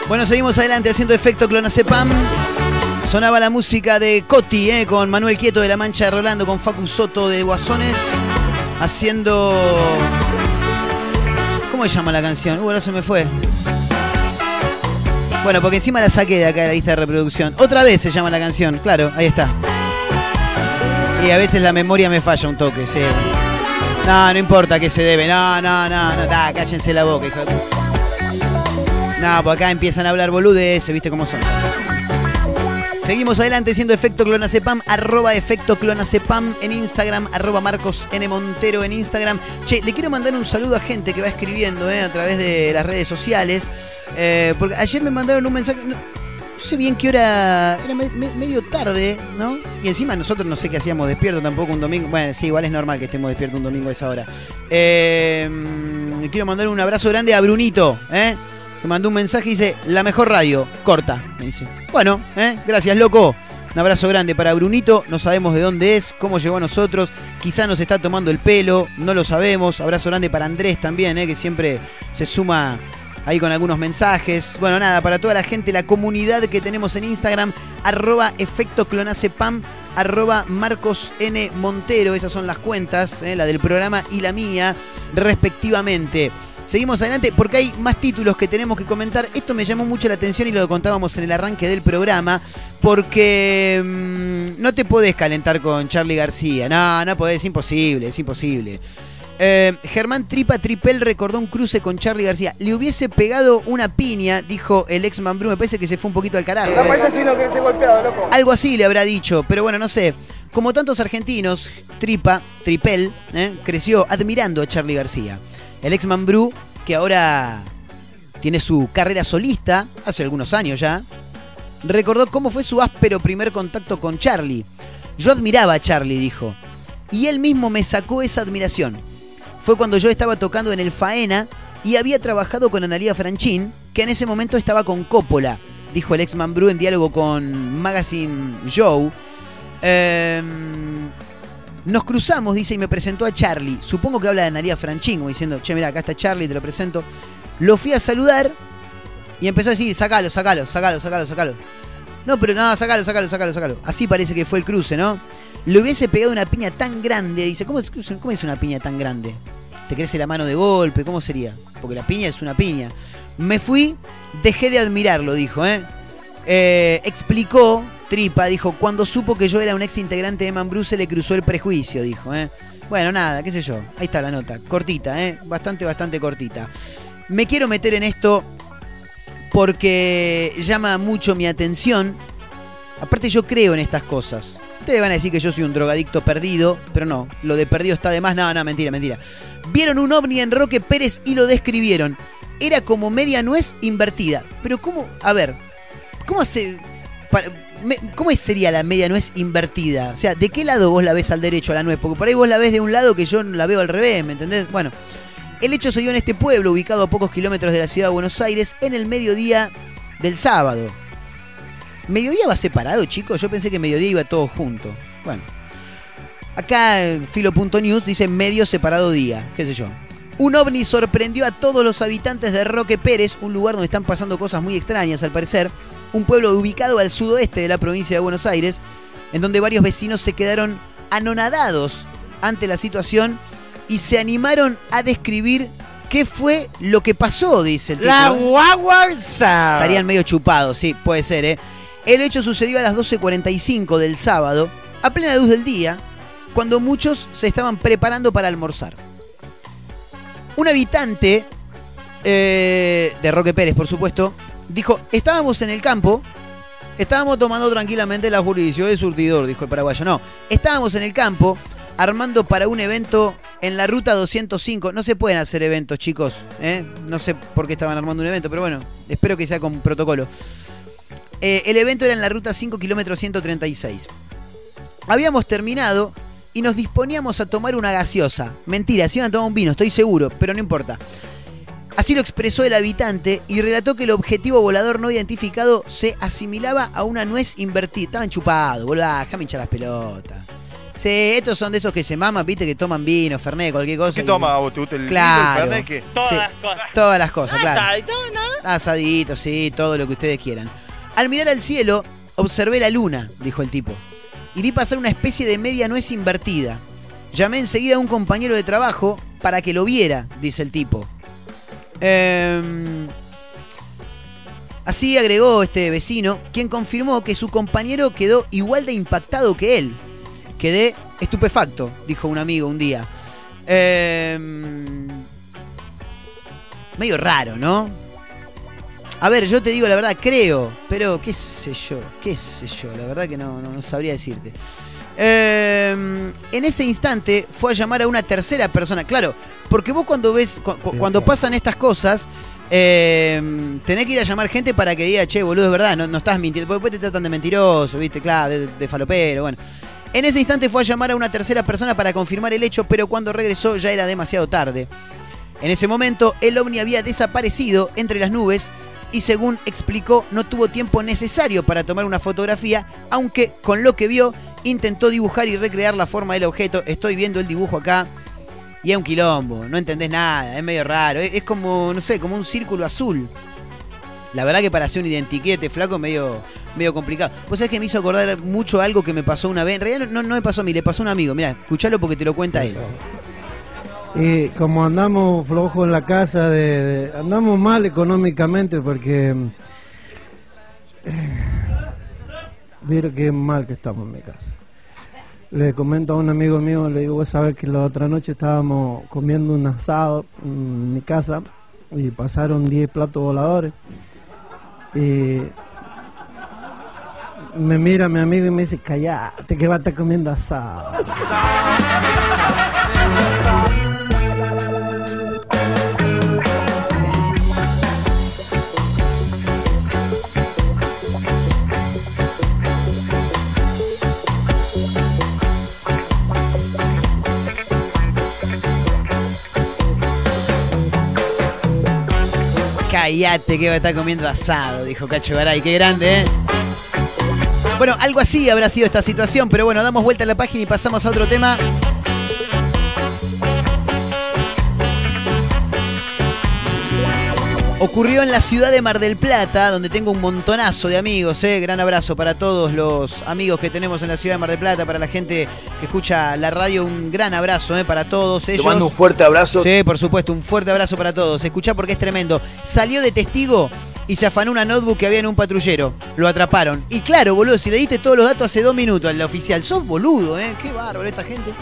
S4: Bueno, seguimos adelante haciendo efecto clonacepam. Sonaba la música de Coti, eh, con Manuel Quieto de La Mancha de Rolando, con Facu Soto de Guasones, haciendo... ¿Cómo se llama la canción? Uh, ahora se me fue. Bueno, porque encima la saqué de acá de la lista de reproducción. Otra vez se llama la canción, claro, ahí está. Y a veces la memoria me falla un toque, sí. No, no importa que se debe, no, no, no, no, da, cállense la boca, hijo de puta. pues No, por acá empiezan a hablar boludeces, viste cómo son. Seguimos adelante siendo Efecto Clonacepam, arroba Efecto Clonacepam en Instagram, arroba Marcos N. Montero en Instagram. Che, le quiero mandar un saludo a gente que va escribiendo eh, a través de las redes sociales. eh, porque ayer me mandaron un mensaje, no, no sé bien qué hora, era me- me- medio tarde, ¿no? Y encima nosotros no sé qué hacíamos despierto tampoco un domingo. Bueno, sí, igual es normal que estemos despiertos un domingo a esa hora. Eh, mm, le quiero mandar un abrazo grande a Brunito, ¿eh? Que mandó un mensaje y dice, la mejor radio, corta, me dice. Bueno, ¿eh? gracias, loco. Un abrazo grande para Brunito, no sabemos de dónde es, cómo llegó a nosotros, quizá nos está tomando el pelo, no lo sabemos. Abrazo grande para Andrés también, ¿eh? que siempre se suma ahí con algunos mensajes. Bueno, nada, para toda la gente, la comunidad que tenemos en Instagram, arroba efectoclonacepam, arroba Marcos N. Montero, esas son las cuentas, eh, la del programa y la mía, respectivamente. Seguimos adelante porque hay más títulos que tenemos que comentar. Esto me llamó mucho la atención y lo contábamos en el arranque del programa. Porque mm, no te podés calentar con Charlie García. No, no podés, es imposible, es imposible. Eh, Germán Tripa Tripel recordó un cruce con Charlie García. Le hubiese pegado una piña, dijo el ex Mambrú. Me parece que se fue un poquito al carajo. eh.
S13: no querés ser golpeado, loco.
S4: Algo así le habrá dicho, pero bueno, no sé. Como tantos argentinos, Tripa, Tripel, ¿eh? creció admirando a Charlie García. El ex Mambrú, que ahora tiene su carrera solista, hace algunos años ya, recordó cómo fue su áspero primer contacto con Charlie. Yo admiraba a Charlie, dijo. Y él mismo me sacó esa admiración. Fue cuando yo estaba tocando en el Faena y había trabajado con Analia Franchín, que en ese momento estaba con Coppola, dijo el ex Mambrú en diálogo con Magazine Joe. Em, nos cruzamos, dice, y me presentó a Charlie. Supongo que habla de Analia Franchín, como diciendo, che, mira, acá está Charlie, te lo presento. Lo fui a saludar y empezó a decir, sacalo, sacalo, sacalo, sacalo, sacalo. No, pero no, sacalo, sacalo, sacalo, sacalo. Así parece que fue el cruce, ¿no? Le hubiese pegado una piña tan grande. Dice, ¿cómo es, cómo es una piña tan grande? ¿Te crece la mano de golpe? ¿Cómo sería? Porque la piña es una piña. Me fui, dejé de admirarlo, dijo, ¿eh? Eh, explicó, Tripa, dijo, cuando supo que yo era un ex integrante de Mambrú se le cruzó el prejuicio, dijo, ¿eh? Bueno, nada, qué sé yo. Ahí está la nota. Cortita, ¿eh? Bastante, bastante cortita. Me quiero meter en esto porque llama mucho mi atención. Aparte yo creo en estas cosas. Ustedes van a decir que yo soy un drogadicto perdido, pero no, lo de perdido está de más. No, no, mentira, mentira. Vieron un ovni en Roque Pérez y lo describieron. Era como media nuez invertida. Pero ¿cómo? A ver, ¿cómo se... para- me- ¿Cómo es- sería la media nuez invertida? O sea, ¿de qué lado vos la ves al derecho a la nuez? Porque por ahí vos la ves de un lado que yo la veo al revés, ¿me entendés? Bueno, el hecho se dio en este pueblo, ubicado a pocos kilómetros de la ciudad de Buenos Aires, en el mediodía del sábado. ¿Mediodía va separado, chicos? Yo pensé que mediodía iba todo junto. Bueno. Acá eh, Filo.news dice medio separado día, qué sé yo. Un ovni sorprendió a todos los habitantes de Roque Pérez, un lugar donde están pasando cosas muy extrañas al parecer, un pueblo ubicado al sudoeste de la provincia de Buenos Aires, en donde varios vecinos se quedaron anonadados ante la situación y se animaron a describir qué fue lo que pasó, dice el
S6: La
S4: título, ¿eh? Estarían medio chupados, sí, puede ser, ¿eh? El hecho sucedió a las 12.45 del sábado, a plena luz del día, cuando muchos se estaban preparando para almorzar. Un habitante eh, de Roque Pérez, por supuesto, dijo, estábamos en el campo, estábamos tomando tranquilamente la jurisdicción de surtidor, dijo el paraguayo. No, estábamos en el campo armando para un evento en la ruta 205. No se pueden hacer eventos, chicos. ¿eh? No sé por qué estaban armando un evento, pero bueno, espero que sea con protocolo. Eh, el evento era en la ruta 5 kilómetro 136. Habíamos terminado y nos disponíamos a tomar una gaseosa. Mentira, se iban a tomar un vino, estoy seguro, pero no importa. Así lo expresó el habitante y relató que el objetivo volador no identificado se asimilaba a una nuez invertida. Estaban chupados, boludo, ah, déjame hinchar las pelotas. Sí, estos son de esos que se maman, viste, que toman vino, fernet, cualquier cosa.
S3: ¿Qué
S4: y-
S3: toma vos? ¿Te gusta el vino, el
S4: claro.
S3: fernet, qué?
S4: Sí, Todas las cosas, Ah, claro. Asaditos, sí, todo lo que ustedes quieran. Al mirar al cielo, observé la luna, dijo el tipo. Y vi pasar una especie de media nuez invertida. Llamé enseguida a un compañero de trabajo para que lo viera, dice el tipo. Em, así agregó este vecino, quien confirmó que su compañero quedó igual de impactado que él. Quedé estupefacto, dijo un amigo un día. Em, medio raro, ¿no? A ver, yo te digo la verdad, creo, pero qué sé yo, qué sé yo, la verdad que no, no, no sabría decirte. Eh, en ese instante fue a llamar a una tercera persona, claro, porque vos cuando ves, cu- cu- cuando pasan estas cosas, eh, tenés que ir a llamar gente para que diga, che, boludo, es verdad, no, no estás mintiendo, porque después te tratan de mentiroso, viste, claro, de, de falopero, bueno. En ese instante fue a llamar a una tercera persona para confirmar el hecho, pero cuando regresó ya era demasiado tarde. En ese momento, el ovni había desaparecido entre las nubes y según explicó, no tuvo tiempo necesario para tomar una fotografía, aunque con lo que vio intentó dibujar y recrear la forma del objeto. Estoy viendo el dibujo acá y es un quilombo, no entendés nada, es medio raro, es, es como, no sé, como un círculo azul. La verdad que para hacer un identiquete flaco medio, medio complicado. Vos sabés que me hizo acordar mucho algo que me pasó una vez. En realidad no, no me pasó a mí, le pasó a un amigo. Mirá, escuchalo porque te lo cuenta él.
S6: Y como andamos flojos en la casa, de, de- andamos mal económicamente porque... eh, Mira qué mal que estamos en mi casa. Le comento a un amigo mío, le digo, vos sabés que la otra noche estábamos comiendo un asado en mi casa y pasaron 10 platos voladores. Y me mira mi amigo y me dice, callate que va a estar comiendo asado.
S4: Cállate que va a estar comiendo asado, dijo Cacho Garay. Qué grande, ¿eh? Bueno, algo así habrá sido esta situación, pero bueno, damos vuelta a la página y pasamos a otro tema. Ocurrió en la ciudad de Mar del Plata, donde tengo un montonazo de amigos. ¿eh? Gran abrazo para todos los amigos que tenemos en la ciudad de Mar del Plata, para la gente que escucha la radio, un gran abrazo ¿eh? para todos ellos.
S3: mando un fuerte abrazo.
S4: Sí, por supuesto, un fuerte abrazo para todos. Escuchá porque es tremendo. Salió de testigo y se afanó una notebook que había en un patrullero. Lo atraparon. Y claro, boludo, si le diste todos los datos hace dos minutos al oficial, sos boludo, ¿eh? Qué bárbaro esta gente.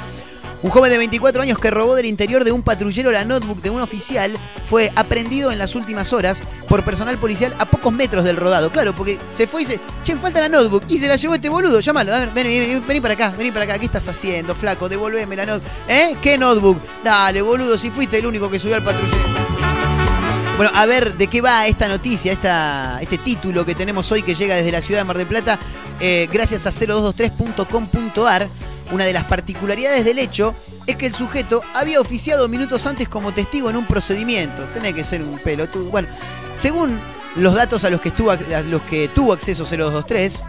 S4: Un joven de 24 años que robó del interior de un patrullero la notebook de un oficial fue aprendido en las últimas horas por personal policial a pocos metros del rodado. Claro, porque se fue y dice, che, falta la notebook. Y se la llevó este boludo. Llámalo, a ver, vení, vení, vení para acá, vení para acá. ¿Qué estás haciendo, flaco? Devolveme la notebook. ¿Eh? ¿Qué notebook? Dale, boludo, si fuiste el único que subió al patrullero. Bueno, a ver de qué va esta noticia, esta, este título que tenemos hoy que llega desde la ciudad de Mar del Plata, eh, gracias a 0223.com.ar. Una de las particularidades del hecho es que el sujeto había oficiado minutos antes como testigo en un procedimiento. Tenía que ser un pelotudo. Bueno, según los datos a los que, estuvo, a los que tuvo acceso 0223,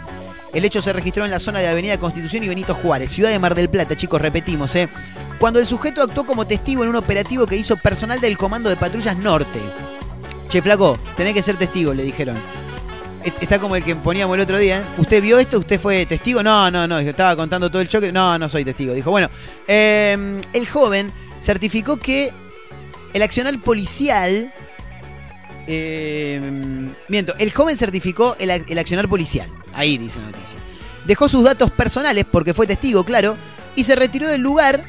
S4: el hecho se registró en la zona de Avenida Constitución y Benito Juárez, ciudad de Mar del Plata, chicos, repetimos, ¿eh? Cuando el sujeto actuó como testigo en un operativo que hizo personal del Comando de Patrullas Norte. Che, flaco, tenés que ser testigo, le dijeron. Est- Está como el que poníamos el otro día. ¿eh? ¿Usted vio esto? ¿Usted fue testigo? No, no, no. Yo estaba contando todo el choque. No, no soy testigo. Dijo, bueno, eh, el joven certificó que el accionar policial... eh, miento, el joven certificó el, ac- el accionar policial. Ahí dice la noticia. Dejó sus datos personales porque fue testigo, claro, y se retiró del lugar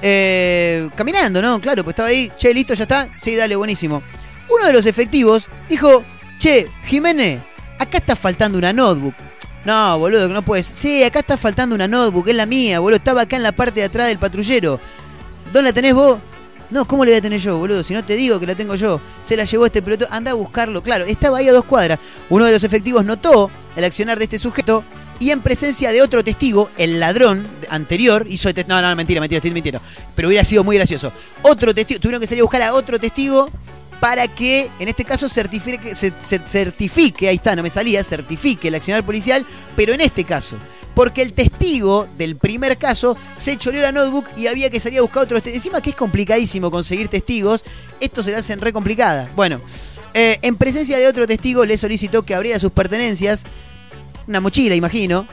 S4: eh, caminando, ¿no? Claro, pues estaba ahí, che, listo, ya está. Sí, dale, buenísimo. Uno de los efectivos dijo, che, Jiménez, acá está faltando una notebook. No, boludo, que no puedes. Sí, acá está faltando una notebook, es la mía, boludo. Estaba acá en la parte de atrás del patrullero. ¿Dónde la tenés vos? No, ¿cómo la voy a tener yo, boludo? Si no te digo que la tengo yo. Se la llevó este pelotudo. Anda a buscarlo. Claro, estaba ahí a dos cuadras. Uno de los efectivos notó el accionar de este sujeto y en presencia de otro testigo, el ladrón anterior hizo... el test- No, no, mentira, mentira, estoy mintiendo. Pero hubiera sido muy gracioso. Otro testigo... Tuvieron que salir a buscar a otro testigo para que, en este caso, certifique, se- se- certifique, ahí está, no me salía, certifique el accionar policial, pero en este caso, porque el testigo del primer caso se choreó la notebook y había que salir a buscar otro testigo. Encima que es complicadísimo conseguir testigos, esto se le hacen re complicada. Bueno, eh, en presencia de otro testigo le solicitó que abriera sus pertenencias, una mochila, imagino,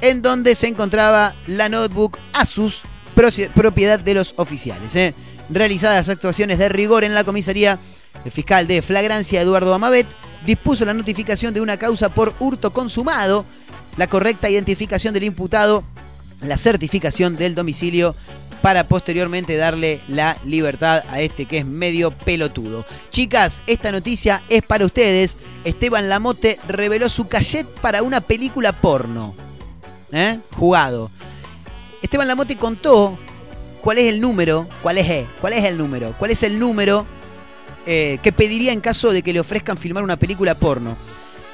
S4: en donde se encontraba la notebook Asus, proci- propiedad de los oficiales. ¿eh? Realizadas actuaciones de rigor en la comisaría, el fiscal de flagrancia Eduardo Amabet dispuso la notificación de una causa por hurto consumado, la correcta identificación del imputado, la certificación del domicilio para posteriormente darle la libertad a este que es medio pelotudo. Chicas, esta noticia es para ustedes. Esteban Lamote reveló su cachet para una película porno. ¿Eh? Jugado. Esteban Lamote contó cuál es el número, cuál es, eh, cuál es el número, cuál es el número eh, que pediría en caso de que le ofrezcan filmar una película porno.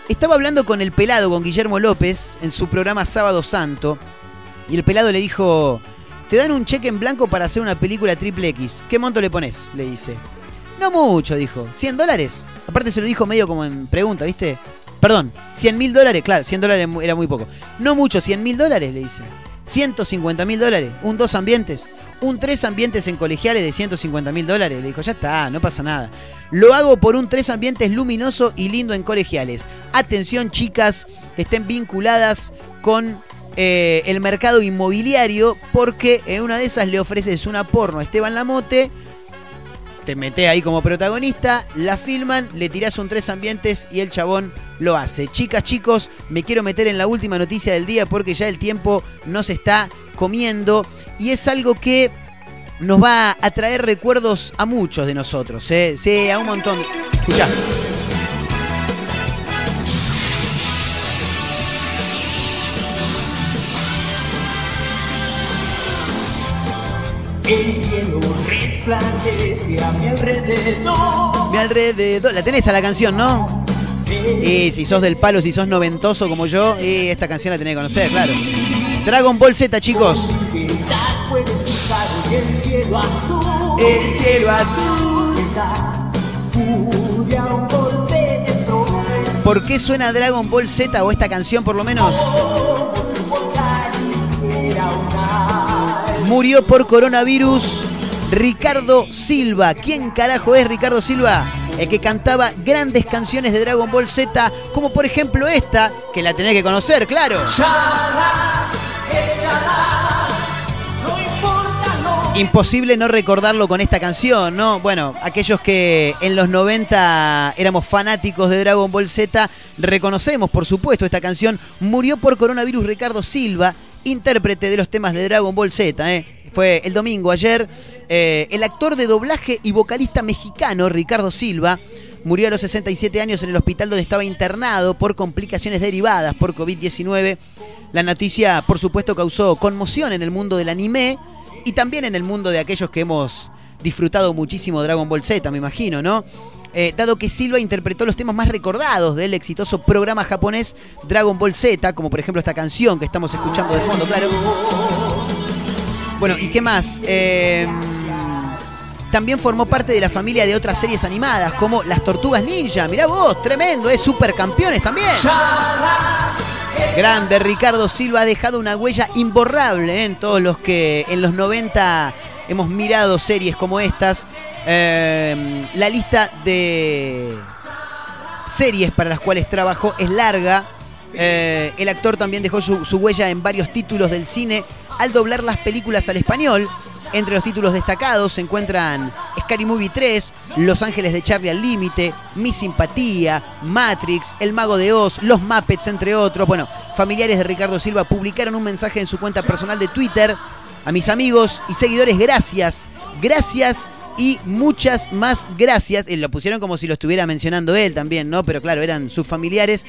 S4: Estaba hablando con el pelado, con Guillermo López, en su programa Sábado Santo, y el pelado le dijo, te dan un cheque en blanco para hacer una película triple X, ¿qué monto le pones? Le dice. No mucho, dijo, 100 dólares. Aparte se lo dijo medio como en pregunta, ¿viste? Perdón, 100 mil dólares, claro, 100 dólares mu- era muy poco. No mucho, 100 mil dólares, le dice. 150 mil dólares, un dos ambientes, un tres ambientes en colegiales de 150 mil dólares. Le dijo, ya está, no pasa nada. Lo hago por un tres ambientes luminoso y lindo en colegiales. Atención, chicas, que estén vinculadas con eh, el mercado inmobiliario, porque en una de esas le ofreces una porno a Esteban Lamote te metés ahí como protagonista, la filman, le tirás un tres ambientes y el chabón lo hace. Chicas, chicos, me quiero meter en la última noticia del día porque ya el tiempo nos está comiendo y es algo que nos va a traer recuerdos a muchos de nosotros, ¿eh? sí, a un montón. Escuchá.
S2: El cielo resplandece a mi alrededor.
S4: Mi alrededor. La tenés a la canción, ¿no? Y si sos del palo, si sos noventoso como yo, y esta canción la tenés que conocer, claro. Dragon Ball Z, chicos.
S2: Tal puedes escuchar el cielo azul.
S4: El cielo
S2: azul. Está furia por dentro.
S4: ¿Por qué suena Dragon Ball Z o esta canción por lo menos? Murió por coronavirus Ricardo Silva. ¿Quién carajo es Ricardo Silva? El que cantaba grandes canciones de Dragon Ball Z, como por ejemplo esta, que la tenés que conocer, claro. Imposible no recordarlo con esta canción, ¿no? Bueno, aquellos que en los 90 éramos fanáticos de Dragon Ball Z, reconocemos, por supuesto, esta canción. Murió por coronavirus Ricardo Silva, intérprete de los temas de Dragon Ball Z, ¿eh? Fue el domingo, ayer. Eh, el actor de doblaje y vocalista mexicano Ricardo Silva murió a los 67 años en el hospital donde estaba internado por complicaciones derivadas por COVID-19. La noticia, por supuesto, causó conmoción en el mundo del anime y también en el mundo de aquellos que hemos disfrutado muchísimo Dragon Ball Z, me imagino, ¿no? Eh, dado que Silva interpretó los temas más recordados del exitoso programa japonés Dragon Ball Z, como por ejemplo esta canción que estamos escuchando de fondo, claro. Bueno, ¿y qué más? Eh, también formó parte de la familia de otras series animadas, como Las Tortugas Ninja. Mirá vos, tremendo, es supercampeones también. Grande Ricardo Silva ha dejado una huella imborrable ¿eh? en todos los que en los 90 hemos mirado series como estas. Eh, la lista de series para las cuales trabajó es larga. Eh, el actor también dejó su, su huella en varios títulos del cine al doblar las películas al español. Entre los títulos destacados se encuentran Scary Movie 3, Los Ángeles de Charlie al Límite, Mi Simpatía, Matrix, El Mago de Oz, Los Muppets, entre otros. Bueno, familiares de Ricardo Silva publicaron un mensaje en su cuenta personal de Twitter. A mis amigos y seguidores, gracias, gracias y muchas más gracias. Eh, lo pusieron como si lo estuviera mencionando él también, ¿no? Pero claro, eran sus familiares.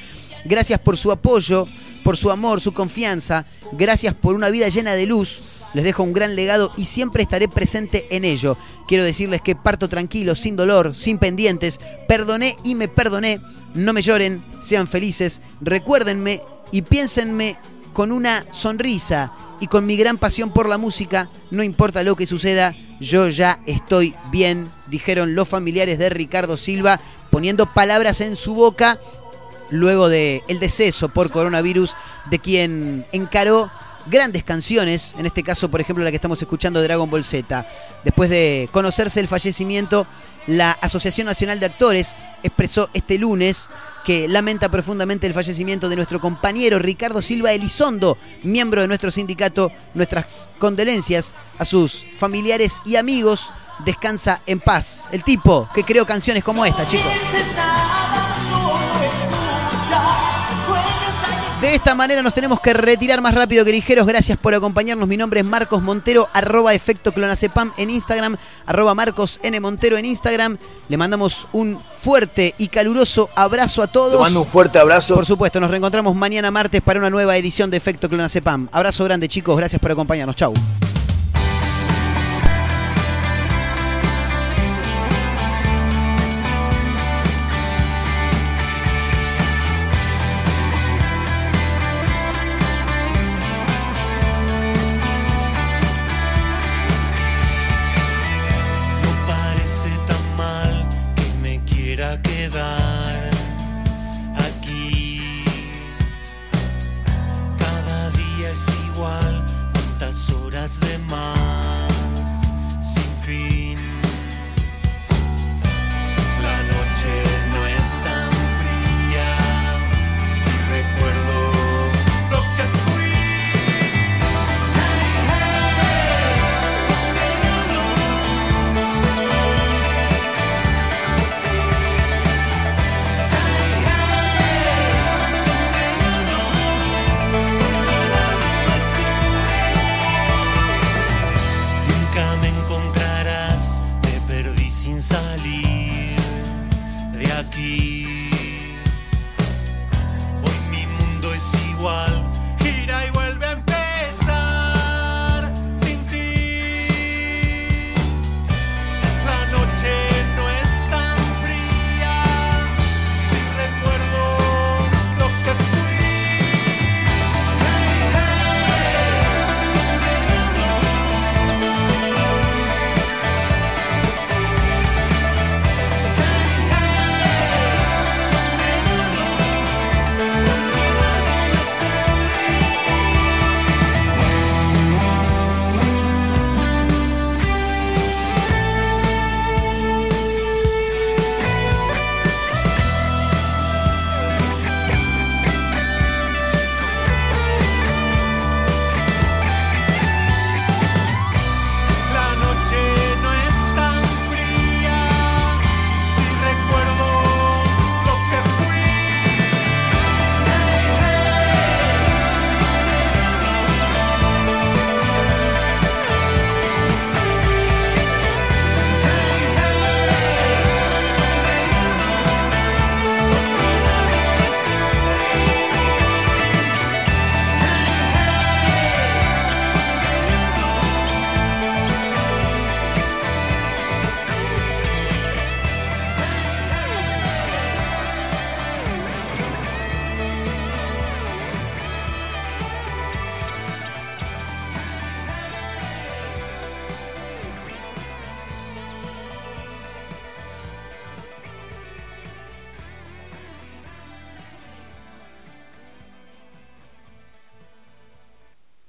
S4: Gracias por su apoyo, por su amor, su confianza. Gracias por una vida llena de luz. Les dejo un gran legado y siempre estaré presente en ello. Quiero decirles que parto tranquilo, sin dolor, sin pendientes. Perdoné y me perdoné. No me lloren, sean felices. Recuérdenme y piénsenme con una sonrisa y con mi gran pasión por la música, no importa lo que suceda, yo ya estoy bien, dijeron los familiares de Ricardo Silva, poniendo palabras en su boca luego de el deceso por coronavirus de quien encaró grandes canciones, en este caso por ejemplo la que estamos escuchando de Dragon Ball Z. Después de conocerse el fallecimiento, la Asociación Nacional de Actores expresó este lunes que lamenta profundamente el fallecimiento de nuestro compañero Ricardo Silva Elizondo, miembro de nuestro sindicato. Nuestras condolencias a sus familiares y amigos. Descansa en paz. El tipo que creó canciones como esta, chicos.
S2: Nada, solo escucha. Sueños hay
S4: De esta manera nos tenemos que retirar más rápido que ligeros. Gracias por acompañarnos. Mi nombre es Marcos Montero, arroba efecto clonazepam en Instagram, arroba Marcos N. Montero en Instagram. Le mandamos un fuerte y caluroso abrazo a todos.
S3: Te mando un fuerte abrazo.
S4: Por supuesto, nos reencontramos mañana martes para una nueva edición de Efecto Clonazepam. Abrazo grande, chicos. Gracias por acompañarnos. Chau.